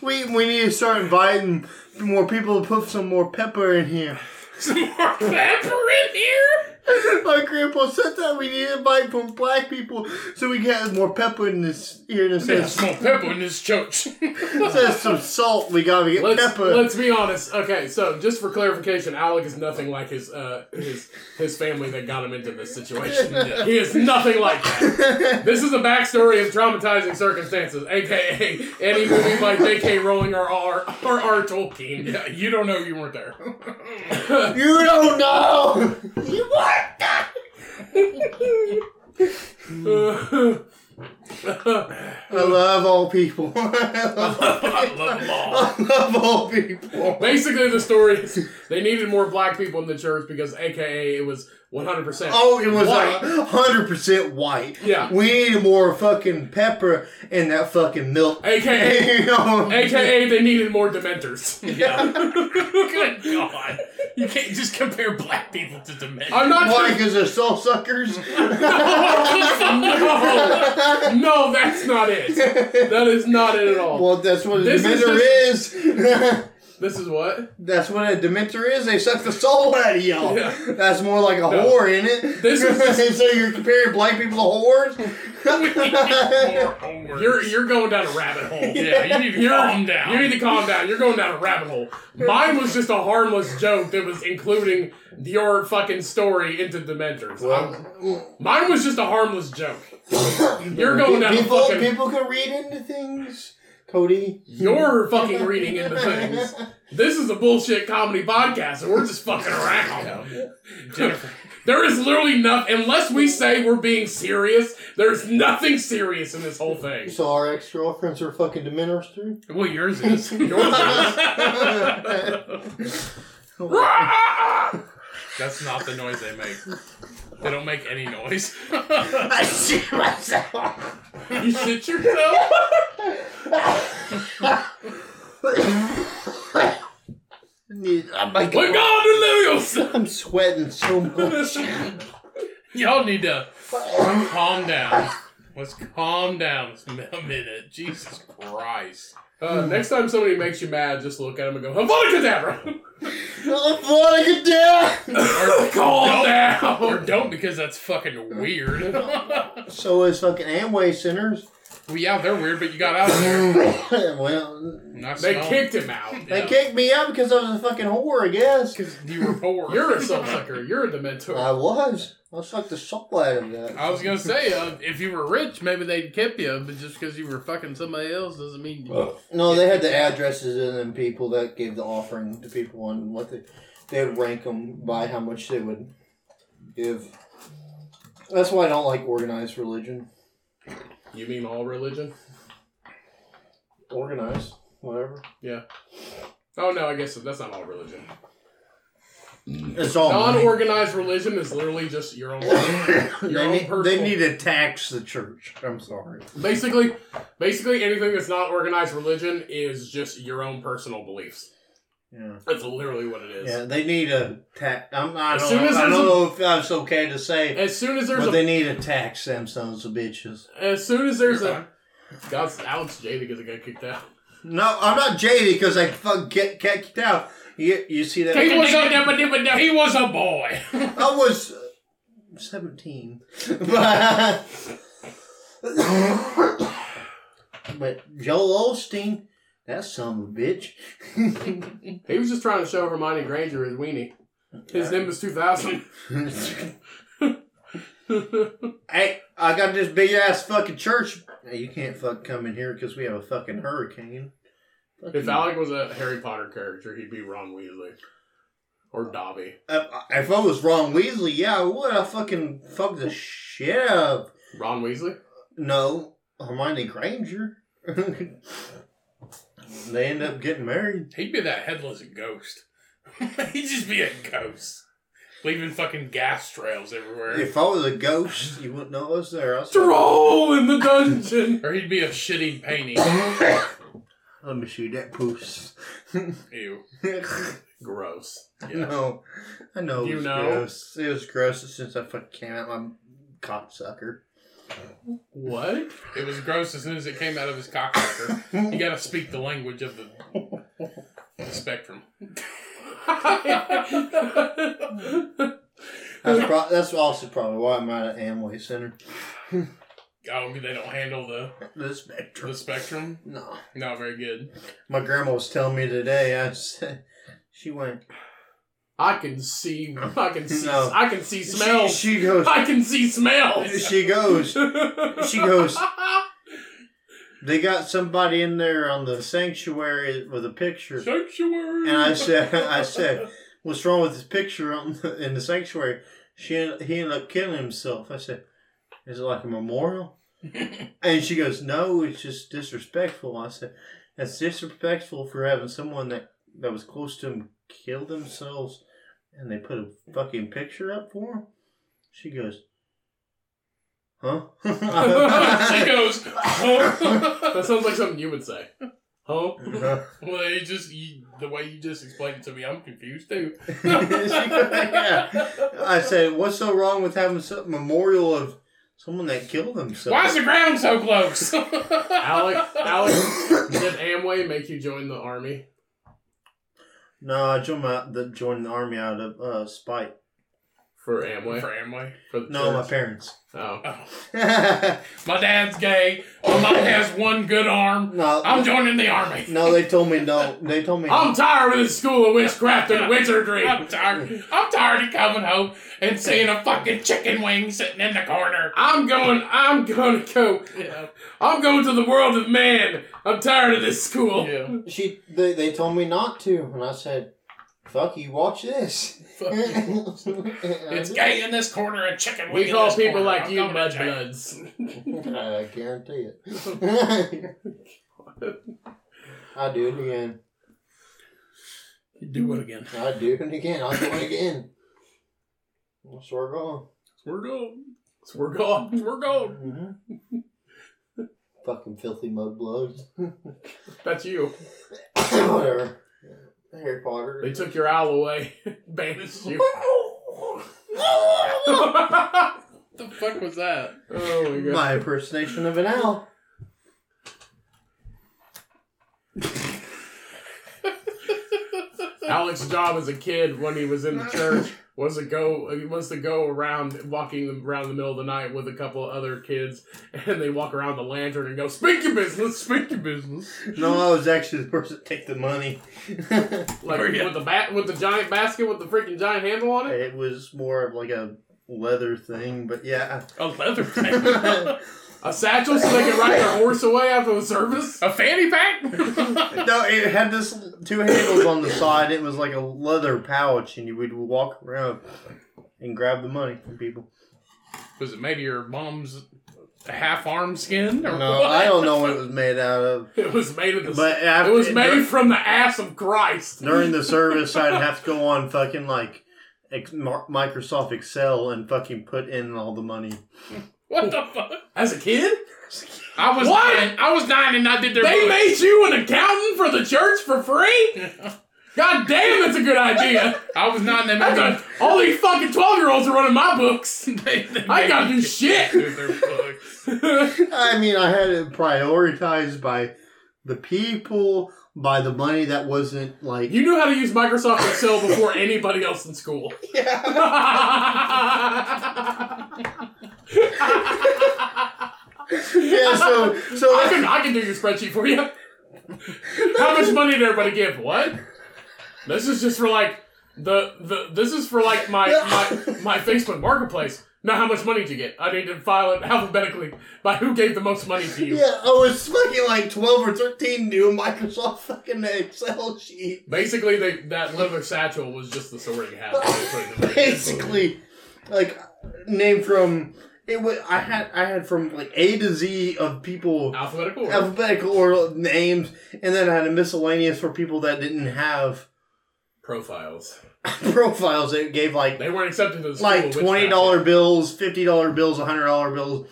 Speaker 5: We we need to start inviting more people to put some more pepper in here.
Speaker 1: Some more pepper in here?
Speaker 5: My grandpa said that we need to invite from black people so we get more pepper in this here. And it
Speaker 1: There's
Speaker 5: says,
Speaker 1: some more pepper in this church.
Speaker 5: it says some salt. We gotta get
Speaker 2: Let's,
Speaker 5: pepper.
Speaker 2: let's be honest. Okay, so just for clarification, Alec is nothing like his uh, his his family that got him into this situation. He is nothing like that. This is a backstory of traumatizing circumstances, aka any movie by J.K. Rowling or R. or R. Tolkien.
Speaker 1: yeah, you don't know you weren't there.
Speaker 3: you don't know. you what? I love all people.
Speaker 1: I love them all.
Speaker 5: I love all people.
Speaker 2: Basically, the story is they needed more black people in the church because aka it was 100%.
Speaker 5: Oh, it was
Speaker 2: White.
Speaker 5: like hundred percent white.
Speaker 2: Yeah.
Speaker 5: we need more fucking pepper in that fucking milk.
Speaker 2: aka
Speaker 5: You know?
Speaker 2: aka they needed more dementors.
Speaker 1: Yeah. Good God. You can't just compare black people to dementia.
Speaker 2: I'm not
Speaker 5: Why? Because they're soul suckers.
Speaker 2: no, no, that's not it. That is not it at all.
Speaker 5: well, that's what a
Speaker 2: This is
Speaker 5: demeanor is.
Speaker 2: This is what?
Speaker 3: That's what a Dementor is. They suck the soul out of y'all.
Speaker 2: Yeah.
Speaker 3: That's more like a whore, in it?
Speaker 2: This is-
Speaker 3: so you're comparing black people to whores?
Speaker 2: You're you're going down a rabbit hole.
Speaker 3: Yeah,
Speaker 2: you need
Speaker 6: to calm down.
Speaker 2: You need to calm down. You're going down a rabbit hole. Mine was just a harmless joke that was including your fucking story into Dementors. I'm- Mine was just a harmless joke. You're going down a
Speaker 3: people,
Speaker 2: fucking.
Speaker 3: people can read into things, Cody.
Speaker 2: You're fucking reading into things. This is a bullshit comedy podcast, and we're just fucking around.
Speaker 6: Jennifer.
Speaker 2: there is literally nothing, unless we say we're being serious, there's nothing serious in this whole thing.
Speaker 3: So our ex girlfriends are fucking dementors too.
Speaker 6: Well, yours is.
Speaker 2: That's not the noise they make. They don't make any noise.
Speaker 3: I see myself.
Speaker 2: you shit yourself?
Speaker 3: Oh my
Speaker 2: We're
Speaker 3: god,
Speaker 2: gone to
Speaker 3: I'm sweating so much.
Speaker 2: lose! Y'all need to calm down. Let's calm down a minute. Jesus Christ. Uh, next time somebody makes you mad, just look at them and go, Havana Cadabra!
Speaker 3: I'm falling down.
Speaker 2: or calm down! Or
Speaker 6: or
Speaker 2: don't.
Speaker 6: don't because that's fucking weird. well,
Speaker 3: So is fucking Amway centers.
Speaker 6: yeah, they're weird, but you got out of there.
Speaker 3: well,
Speaker 6: And I
Speaker 2: They
Speaker 6: smell-
Speaker 2: kicked him out.
Speaker 3: they kicked me out because I was a fucking whore, I guess.
Speaker 6: You were poor.
Speaker 2: You're a soul sucker. You're a dementor.
Speaker 3: I was. I sucked the soul out of that.
Speaker 2: I was gonna say, uh, if you were rich, maybe they'd kept you, but just because you were fucking somebody else doesn't mean.
Speaker 5: Oh.
Speaker 3: No, they had the addresses and then people that gave the offering to people and what they they would rank them by how much they would give. That's why I don't like organized religion.
Speaker 2: You mean all religion?
Speaker 3: Organized, whatever.
Speaker 2: Oh no, I guess that's not all religion.
Speaker 5: It's all money.
Speaker 2: Non-organized religion is literally just your own. Your
Speaker 5: they,
Speaker 2: own
Speaker 5: need, they
Speaker 2: personal-
Speaker 5: need to tax the church. I'm sorry.
Speaker 2: basically, basically anything that's not organized religion is just your own personal beliefs.
Speaker 5: Yeah.
Speaker 2: That's literally what it is.
Speaker 5: Yeah, they need a tax. I'm, I
Speaker 2: As
Speaker 5: don't,
Speaker 2: soon as
Speaker 5: I
Speaker 2: there's
Speaker 5: don't
Speaker 2: a-
Speaker 5: know if that's okay to say,
Speaker 2: As soon as there's
Speaker 5: but
Speaker 2: a,
Speaker 5: they need to tax them sons of bitches.
Speaker 2: as soon as there's
Speaker 6: You're
Speaker 2: a, God, Alex Jada gets got kicked out.
Speaker 5: No, I'm not jaded because I fuck get get kicked out. You, you see that?
Speaker 2: He was
Speaker 6: a, he was a boy.
Speaker 5: I was uh, 17.
Speaker 3: but but Joel Osteen, that son of a bitch.
Speaker 2: He was just trying to show Hermione Granger his weenie. His Nimbus 2000.
Speaker 5: Hey, I got this big ass fucking church. Hey, you can't fuck come in here because we have a fucking hurricane.
Speaker 2: If Alec was a Harry Potter character, he'd be Ron Weasley or Dobby.
Speaker 5: Uh, if I was Ron Weasley, yeah, I would. I fucking fuck the shit out of
Speaker 2: Ron Weasley.
Speaker 5: No, Hermione Granger. they end up getting married.
Speaker 6: He'd be that headless ghost. He'd just be a ghost. Leaving fucking gas trails everywhere.
Speaker 5: If I was a ghost, you wouldn't know I was there. I was
Speaker 2: Troll in the dungeon.
Speaker 6: or he'd be a shitty painting.
Speaker 5: Let me shoot that poos.
Speaker 6: Ew.
Speaker 2: Gross.
Speaker 5: No, I know. It
Speaker 2: You
Speaker 5: was
Speaker 2: know?
Speaker 5: Gross. It was gross since I fucking came out my cocksucker.
Speaker 2: What?
Speaker 6: It was gross as soon as it came out of his cocksucker. You gotta speak the language of the, the spectrum. Oh,
Speaker 3: That's, pro- that's also probably why I'm out of Amway Center.
Speaker 6: Oh, they don't handle the,
Speaker 5: The spectrum.
Speaker 6: the spectrum?
Speaker 5: No,
Speaker 6: Not very good.
Speaker 5: my grandma was telling me today. I said she went.
Speaker 2: I can see. I can see.
Speaker 5: No.
Speaker 2: I can see smells.
Speaker 5: She, she goes.
Speaker 2: I can see smells.
Speaker 5: She goes. She goes.
Speaker 2: Sanctuary.
Speaker 5: They got somebody in there on the sanctuary with a picture. And I said, I said, what's wrong with this picture on the, in the sanctuary? She, he ended up killing himself. I said, is it like a memorial? and she goes, no, it's just disrespectful. I said, that's disrespectful for having someone that, that was close to him kill themselves and they put a fucking picture up for him. She goes, huh?
Speaker 6: she goes, oh.
Speaker 2: that sounds like something you would say. Oh.
Speaker 6: well, you just, you, the way you just explained it to me, I'm confused too.
Speaker 5: yeah. I said, "What's so wrong with having a memorial of someone that killed themselves?"
Speaker 6: Why is the ground so close?
Speaker 2: Alec, Alec, did Amway make you join the army?
Speaker 5: No, I joined my, the joined the army out of uh, spite.
Speaker 2: for Amway.
Speaker 1: For Amway.
Speaker 2: For the
Speaker 5: No, my
Speaker 2: church.
Speaker 5: parents.
Speaker 2: Oh.
Speaker 5: no,
Speaker 1: My dad's gay. Or mom has one good arm. I'm joining the army.
Speaker 5: no, they told me no. They told me
Speaker 2: I'm tired of this school of witchcraft and wizardry.
Speaker 1: I'm tired. I'm tired of coming home and seeing a fucking chicken wing sitting in the corner.
Speaker 2: I'm going. I'm going to go. I'm going to the world of man. I'm tired of this school.
Speaker 7: Yeah.
Speaker 8: She they, they told me not to, and I said, "Fuck you, watch this."
Speaker 1: It's gay in this corner and chicken wing.
Speaker 2: We
Speaker 1: in
Speaker 2: call
Speaker 1: this
Speaker 2: people
Speaker 1: corner.
Speaker 2: like
Speaker 1: I'm
Speaker 2: you
Speaker 1: going to jail.
Speaker 2: mudbloods.
Speaker 8: I guarantee it. I do it again.
Speaker 7: Do it again.
Speaker 8: I do it again. I do it again. I swear to God.
Speaker 7: We're going.
Speaker 2: So we're gone.
Speaker 7: We're going.
Speaker 2: Mm-hmm.
Speaker 8: Fucking filthy mudbloods.
Speaker 2: That's you.
Speaker 8: Whatever. Harry Potter.
Speaker 2: They took your owl away, banished you.
Speaker 8: oh
Speaker 2: oh
Speaker 7: What the fuck was that?
Speaker 2: my god.
Speaker 5: my impersonation of
Speaker 8: But
Speaker 5: an
Speaker 8: now,
Speaker 5: owl.
Speaker 2: Alex's job as a kid when he was in the church was to go he was to go around walking around the middle of the night with a couple of other kids and they walk around the lantern and go speak your business speak your business
Speaker 5: No, I was actually the person to take the money.
Speaker 2: like
Speaker 1: Oh, yeah.
Speaker 2: with the bat with the giant basket with the freaking giant handle on it
Speaker 5: It was more of like a leather thing, but yeah.
Speaker 1: A leather thing.
Speaker 2: a satchel so they can ride their horse away after the service
Speaker 1: a fanny pack.
Speaker 5: No, it had this two handles on the side. It was like a leather pouch, and you would walk around and grab the money from people.
Speaker 1: Was it maybe your mom's half arm skin? Or
Speaker 5: No, I don't know what it was made out of,
Speaker 2: it was made of the
Speaker 5: but
Speaker 2: it
Speaker 5: after,
Speaker 2: was made from the ass of Christ
Speaker 5: during the service. I'd have to go on fucking like ex- Mar- Microsoft Excel and fucking put in all the money.
Speaker 1: What the fuck?
Speaker 2: as a kid
Speaker 1: I was
Speaker 2: What?
Speaker 1: nine. I was nine and I did their
Speaker 2: they
Speaker 1: books.
Speaker 2: made you an accountant for the church for free god damn that's a good idea
Speaker 1: I was nine. They
Speaker 2: I
Speaker 1: made
Speaker 2: got all these fucking twelve year olds are running my books.
Speaker 1: me. They, they
Speaker 2: I
Speaker 1: made
Speaker 2: gotta
Speaker 1: me
Speaker 2: do
Speaker 1: do
Speaker 2: shit.
Speaker 1: their books.
Speaker 5: I mean, I had it prioritized by the people, by the money that wasn't like
Speaker 2: You knew how to use Microsoft Excel before anybody else in school. Yeah.
Speaker 5: yeah. So so
Speaker 2: I can I can do your spreadsheet for you. How much money did everybody give? What? This is just for like the the this is for like my my, my Facebook marketplace. Now how much money did you get? I need to file it alphabetically by who gave the most money to you.
Speaker 5: Yeah, I was fucking like 12 or 13 doing Microsoft fucking Excel sheet.
Speaker 2: Basically, they, that leather satchel was just the sorting hat. that they put in the back.
Speaker 5: Basically, like, name from. It was, I had I had from like A to Z of people
Speaker 2: alphabetical order.
Speaker 5: alphabetical order names, and then I had a miscellaneous for people that didn't have
Speaker 2: profiles.
Speaker 5: profiles. It gave like
Speaker 2: They weren't accepted to the school.
Speaker 5: like
Speaker 2: which
Speaker 5: twenty dollar bills, fifty dollar bills, hundred dollar bills.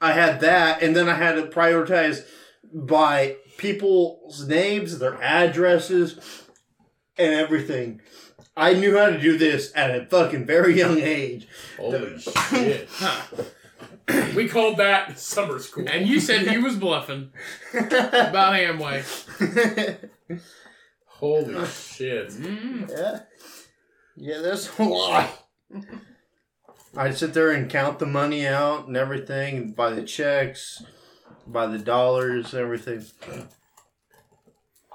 Speaker 5: I had that, and then I had to prioritize by people's names, their addresses, and everything. I knew how to do this at a fucking very young age.
Speaker 2: Holy shit. we called that summer school.
Speaker 1: And you said he was bluffing about Amway.
Speaker 2: Holy shit.
Speaker 1: Mm.
Speaker 5: Yeah, yeah, that's a lot. I'd sit there and count the money out and everything by the checks, by the dollars, everything.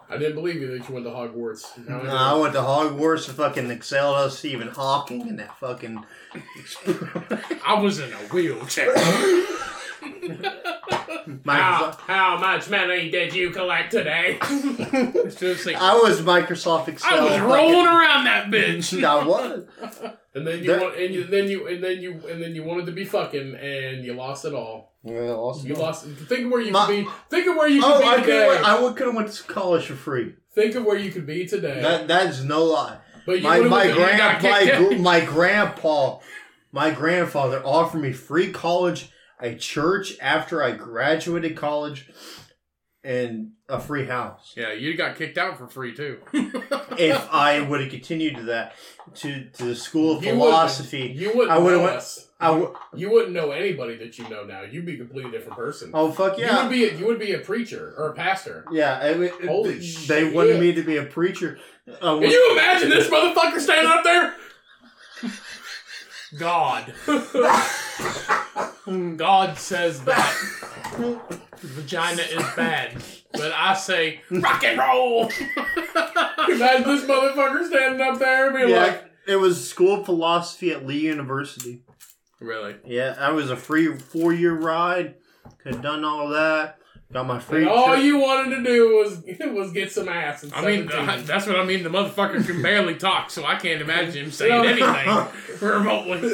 Speaker 2: I didn't believe you that you went to Hogwarts. Now I
Speaker 5: No,
Speaker 2: know.
Speaker 5: I went to Hogwarts to fucking excel us, Stephen Hawking, and that fucking.
Speaker 1: I was in a wheelchair.
Speaker 2: How,
Speaker 5: Microsoft.
Speaker 2: how much money did you collect today?
Speaker 1: Seriously, I
Speaker 5: I was Microsoft Excel.
Speaker 1: was
Speaker 5: fucking-
Speaker 1: rolling around that bitch.
Speaker 5: I was.
Speaker 2: And then you
Speaker 5: There-
Speaker 2: want, and you, then you and then you and then you wanted to be fucking and you lost it all.
Speaker 5: Yeah, awesome.
Speaker 2: You lost. Think of where you
Speaker 5: My-
Speaker 2: could be. Think of where you could
Speaker 5: Oh,
Speaker 2: be
Speaker 5: I could
Speaker 2: today.
Speaker 5: have. I would could have went to college for free.
Speaker 2: think of where you could be today.
Speaker 5: That that is no lie.
Speaker 2: but you
Speaker 5: My
Speaker 2: would've
Speaker 5: my
Speaker 2: went to-
Speaker 5: grand
Speaker 1: got
Speaker 5: my
Speaker 1: kicked
Speaker 5: gr- my grandpa, my grandfather offered me free college, a church after I graduated college, and a free house.
Speaker 1: Yeah, you got kicked out for free too.
Speaker 5: if I would have continued to that to, to the school of
Speaker 1: You would've-
Speaker 5: philosophy,
Speaker 1: You wouldn't
Speaker 5: I would've
Speaker 1: know
Speaker 5: went-
Speaker 1: us.
Speaker 5: I w-
Speaker 1: You wouldn't know anybody that you know now. You'd be a completely different person.
Speaker 5: oh fuck
Speaker 1: You
Speaker 5: yeah,
Speaker 1: would be a, you would be a preacher or a pastor.
Speaker 5: yeah. It, it,
Speaker 1: Holy
Speaker 5: they
Speaker 1: shit.
Speaker 5: wanted me to be a preacher. Uh,
Speaker 1: Can you imagine this motherfucker standing up there?
Speaker 2: God. God says that vagina is bad, but I say rock and roll.
Speaker 1: Imagine this motherfucker standing up there and being like,
Speaker 5: yeah, it was school of philosophy at Lee University.
Speaker 1: "Really?
Speaker 5: Yeah, that was a free four year ride. Could have done all that. Got my free
Speaker 1: And all
Speaker 5: trip.
Speaker 1: Oh, you wanted to do was was get some ass." In
Speaker 2: I mean,
Speaker 1: 17.
Speaker 2: I- that's what I mean. The motherfucker can barely talk, so I can't imagine him saying anything remotely.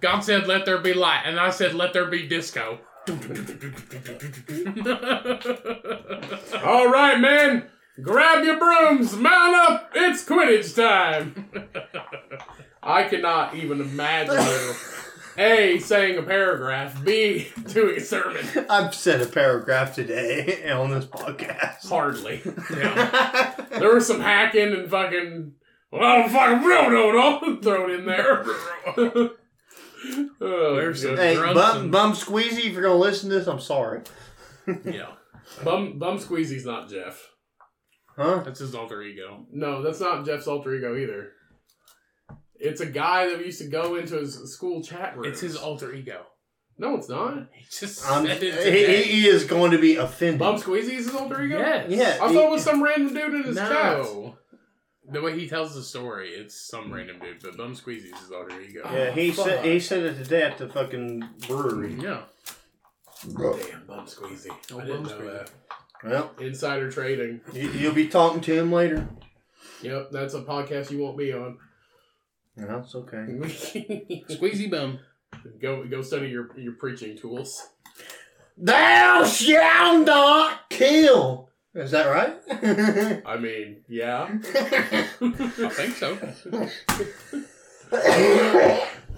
Speaker 2: God said, "Let there be light," and I said, "Let there be disco."
Speaker 1: All right, man. Grab your brooms, mount up. It's Quidditch time. I cannot even imagine you, A, saying a paragraph, B, doing a sermon.
Speaker 5: I've said a paragraph today on this podcast.
Speaker 1: Hardly. There was some hacking and fucking. Well, I don't fucking real know it all thrown in there. oh,
Speaker 2: There's
Speaker 1: good.
Speaker 5: hey,
Speaker 2: grunts
Speaker 5: bum,
Speaker 2: and-
Speaker 5: bum Squeezy, if you're going to listen to this, I'm sorry.
Speaker 2: yeah,
Speaker 1: Bum, Bum Squeezy's not Jeff.
Speaker 5: Huh?
Speaker 2: that's his alter ego.
Speaker 1: No, that's not Jeff's alter ego either. It's a guy that used to go into his school chat room.
Speaker 2: It's his alter ego.
Speaker 1: No, it's not.
Speaker 2: He just
Speaker 1: Um,
Speaker 5: I'm,
Speaker 2: said
Speaker 5: he,
Speaker 2: it today.
Speaker 5: he- he is going to be offended.
Speaker 1: Bum Squeezy is his alter ego?
Speaker 2: Yes.
Speaker 5: yeah.
Speaker 1: I
Speaker 5: he-
Speaker 1: thought it was some random dude in his chat.
Speaker 2: No. The way he tells the story, it's
Speaker 1: Hmm.
Speaker 2: some random dude, but Bum Squeezy's his alter ego.
Speaker 1: Oh,
Speaker 5: yeah, he
Speaker 1: Fuck.
Speaker 5: said he said it today at the fucking brewery.
Speaker 2: Yeah.
Speaker 1: Damn, Bum Squeezy.
Speaker 2: Oh,
Speaker 1: I didn't
Speaker 2: Bum
Speaker 1: know
Speaker 2: Squeezy.
Speaker 5: Well,
Speaker 1: that. Insider trading.
Speaker 5: you, you'll be talking to him later.
Speaker 1: Yep, that's a podcast you won't be on.
Speaker 5: No, it's okay.
Speaker 2: Squeezy Bum.
Speaker 1: go go study your, your preaching tools.
Speaker 5: Thou shalt not kill. Is that right?
Speaker 1: I mean, yeah.
Speaker 2: I think so.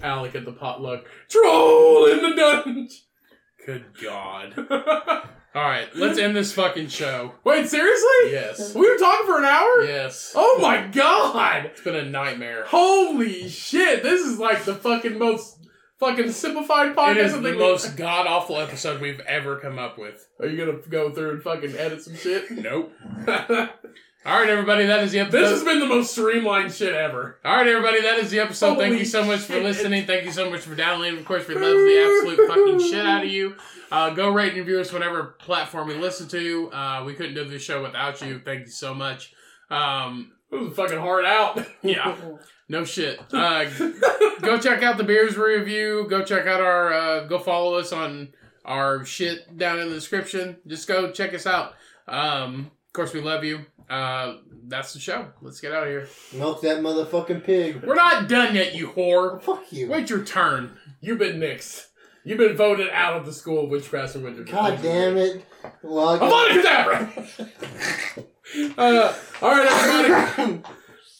Speaker 1: Alec at the potluck. Troll in the dungeon.
Speaker 2: Good God. All right, let's end this fucking show.
Speaker 1: Wait, seriously?
Speaker 2: Yes.
Speaker 1: We were talking for an hour?
Speaker 2: Yes.
Speaker 1: Oh my god!
Speaker 2: It's been a nightmare.
Speaker 1: Holy shit! This is like the fucking most fucking simplified podcast.
Speaker 2: It is
Speaker 1: I
Speaker 2: the
Speaker 1: think
Speaker 2: most god awful episode we've ever come up with.
Speaker 1: Are you gonna go through and fucking edit some shit?
Speaker 2: Nope.
Speaker 1: this
Speaker 2: All right, everybody, that is the episode.
Speaker 1: has been the most streamlined shit ever.
Speaker 2: All right, everybody, that is the episode. Thank
Speaker 1: Holy
Speaker 2: you so much for
Speaker 1: shit.
Speaker 2: listening. Thank you so much for downloading. Of course, we love the absolute fucking shit out of you. Uh, go rate and review us whatever platform we listen to. Uh, we couldn't do this show without you. Thank you so much. Um,
Speaker 1: It was fucking hard out.
Speaker 2: yeah, no shit. Uh, go check out the beers we review. Go check out our. Uh, go follow us on our shit down in the description. Just go check us out. Um, of course, we love you. Uh, that's the show. Let's get out of here.
Speaker 5: Milk that motherfucking pig.
Speaker 2: We're not done yet, you whore.
Speaker 5: Fuck you.
Speaker 2: Wait your turn.
Speaker 1: You've been nixed. You've been voted out of the school of witchcraft and wizardry.
Speaker 5: God damn it. Well, I
Speaker 1: I'm
Speaker 5: got-
Speaker 1: on it, Deborah! uh, all right, everybody.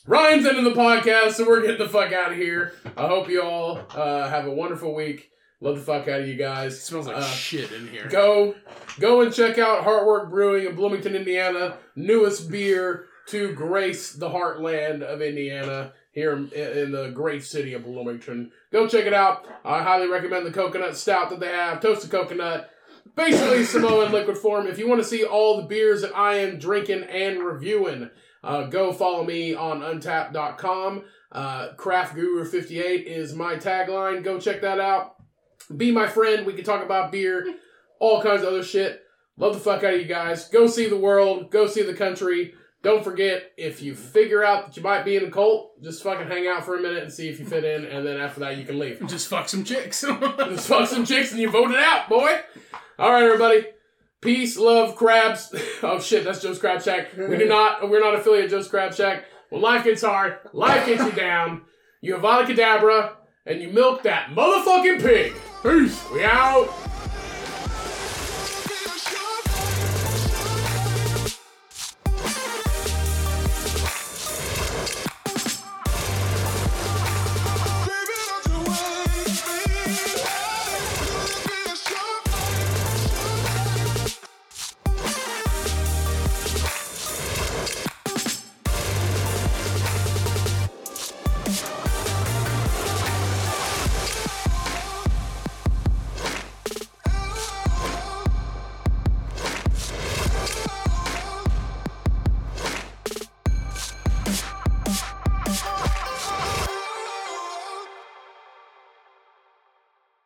Speaker 1: Ryan's ending the podcast, so we're getting the fuck out of here. I hope you all uh, have a wonderful week. Love the fuck out of you
Speaker 2: It
Speaker 1: guys.
Speaker 2: smells like
Speaker 1: Uh,
Speaker 2: shit in here.
Speaker 1: Go, go and check out Heartwork Brewing in Bloomington, Indiana. Newest beer to grace the heartland of Indiana here in, in the great city of Bloomington. Go check it out. I highly recommend the coconut stout that they have, toasted coconut, basically Samoan liquid form. If you want to see all the beers that I am drinking and reviewing, uh, go follow me on untapped.com. Uh, Craft Guru 58 is my tagline. Go check that out. Be my friend. We can talk about beer, all kinds of other shit. Love the fuck out of you guys. Go see the world. Go see the country. Don't forget, if you figure out that you might be in a cult, just fucking hang out for a minute and see if you fit in, and then after that, you can leave.
Speaker 2: Just fuck some chicks.
Speaker 1: Just fuck some chicks and you voted out, boy. All right, everybody. Peace, love, crabs. Oh shit, that's Joe's Crab Shack. We do not. We're not affiliate of Joe's Crab Shack. When life gets hard, life gets you down. You have Avada Kedavra, and you milk that motherfucking pig. Peace. We out.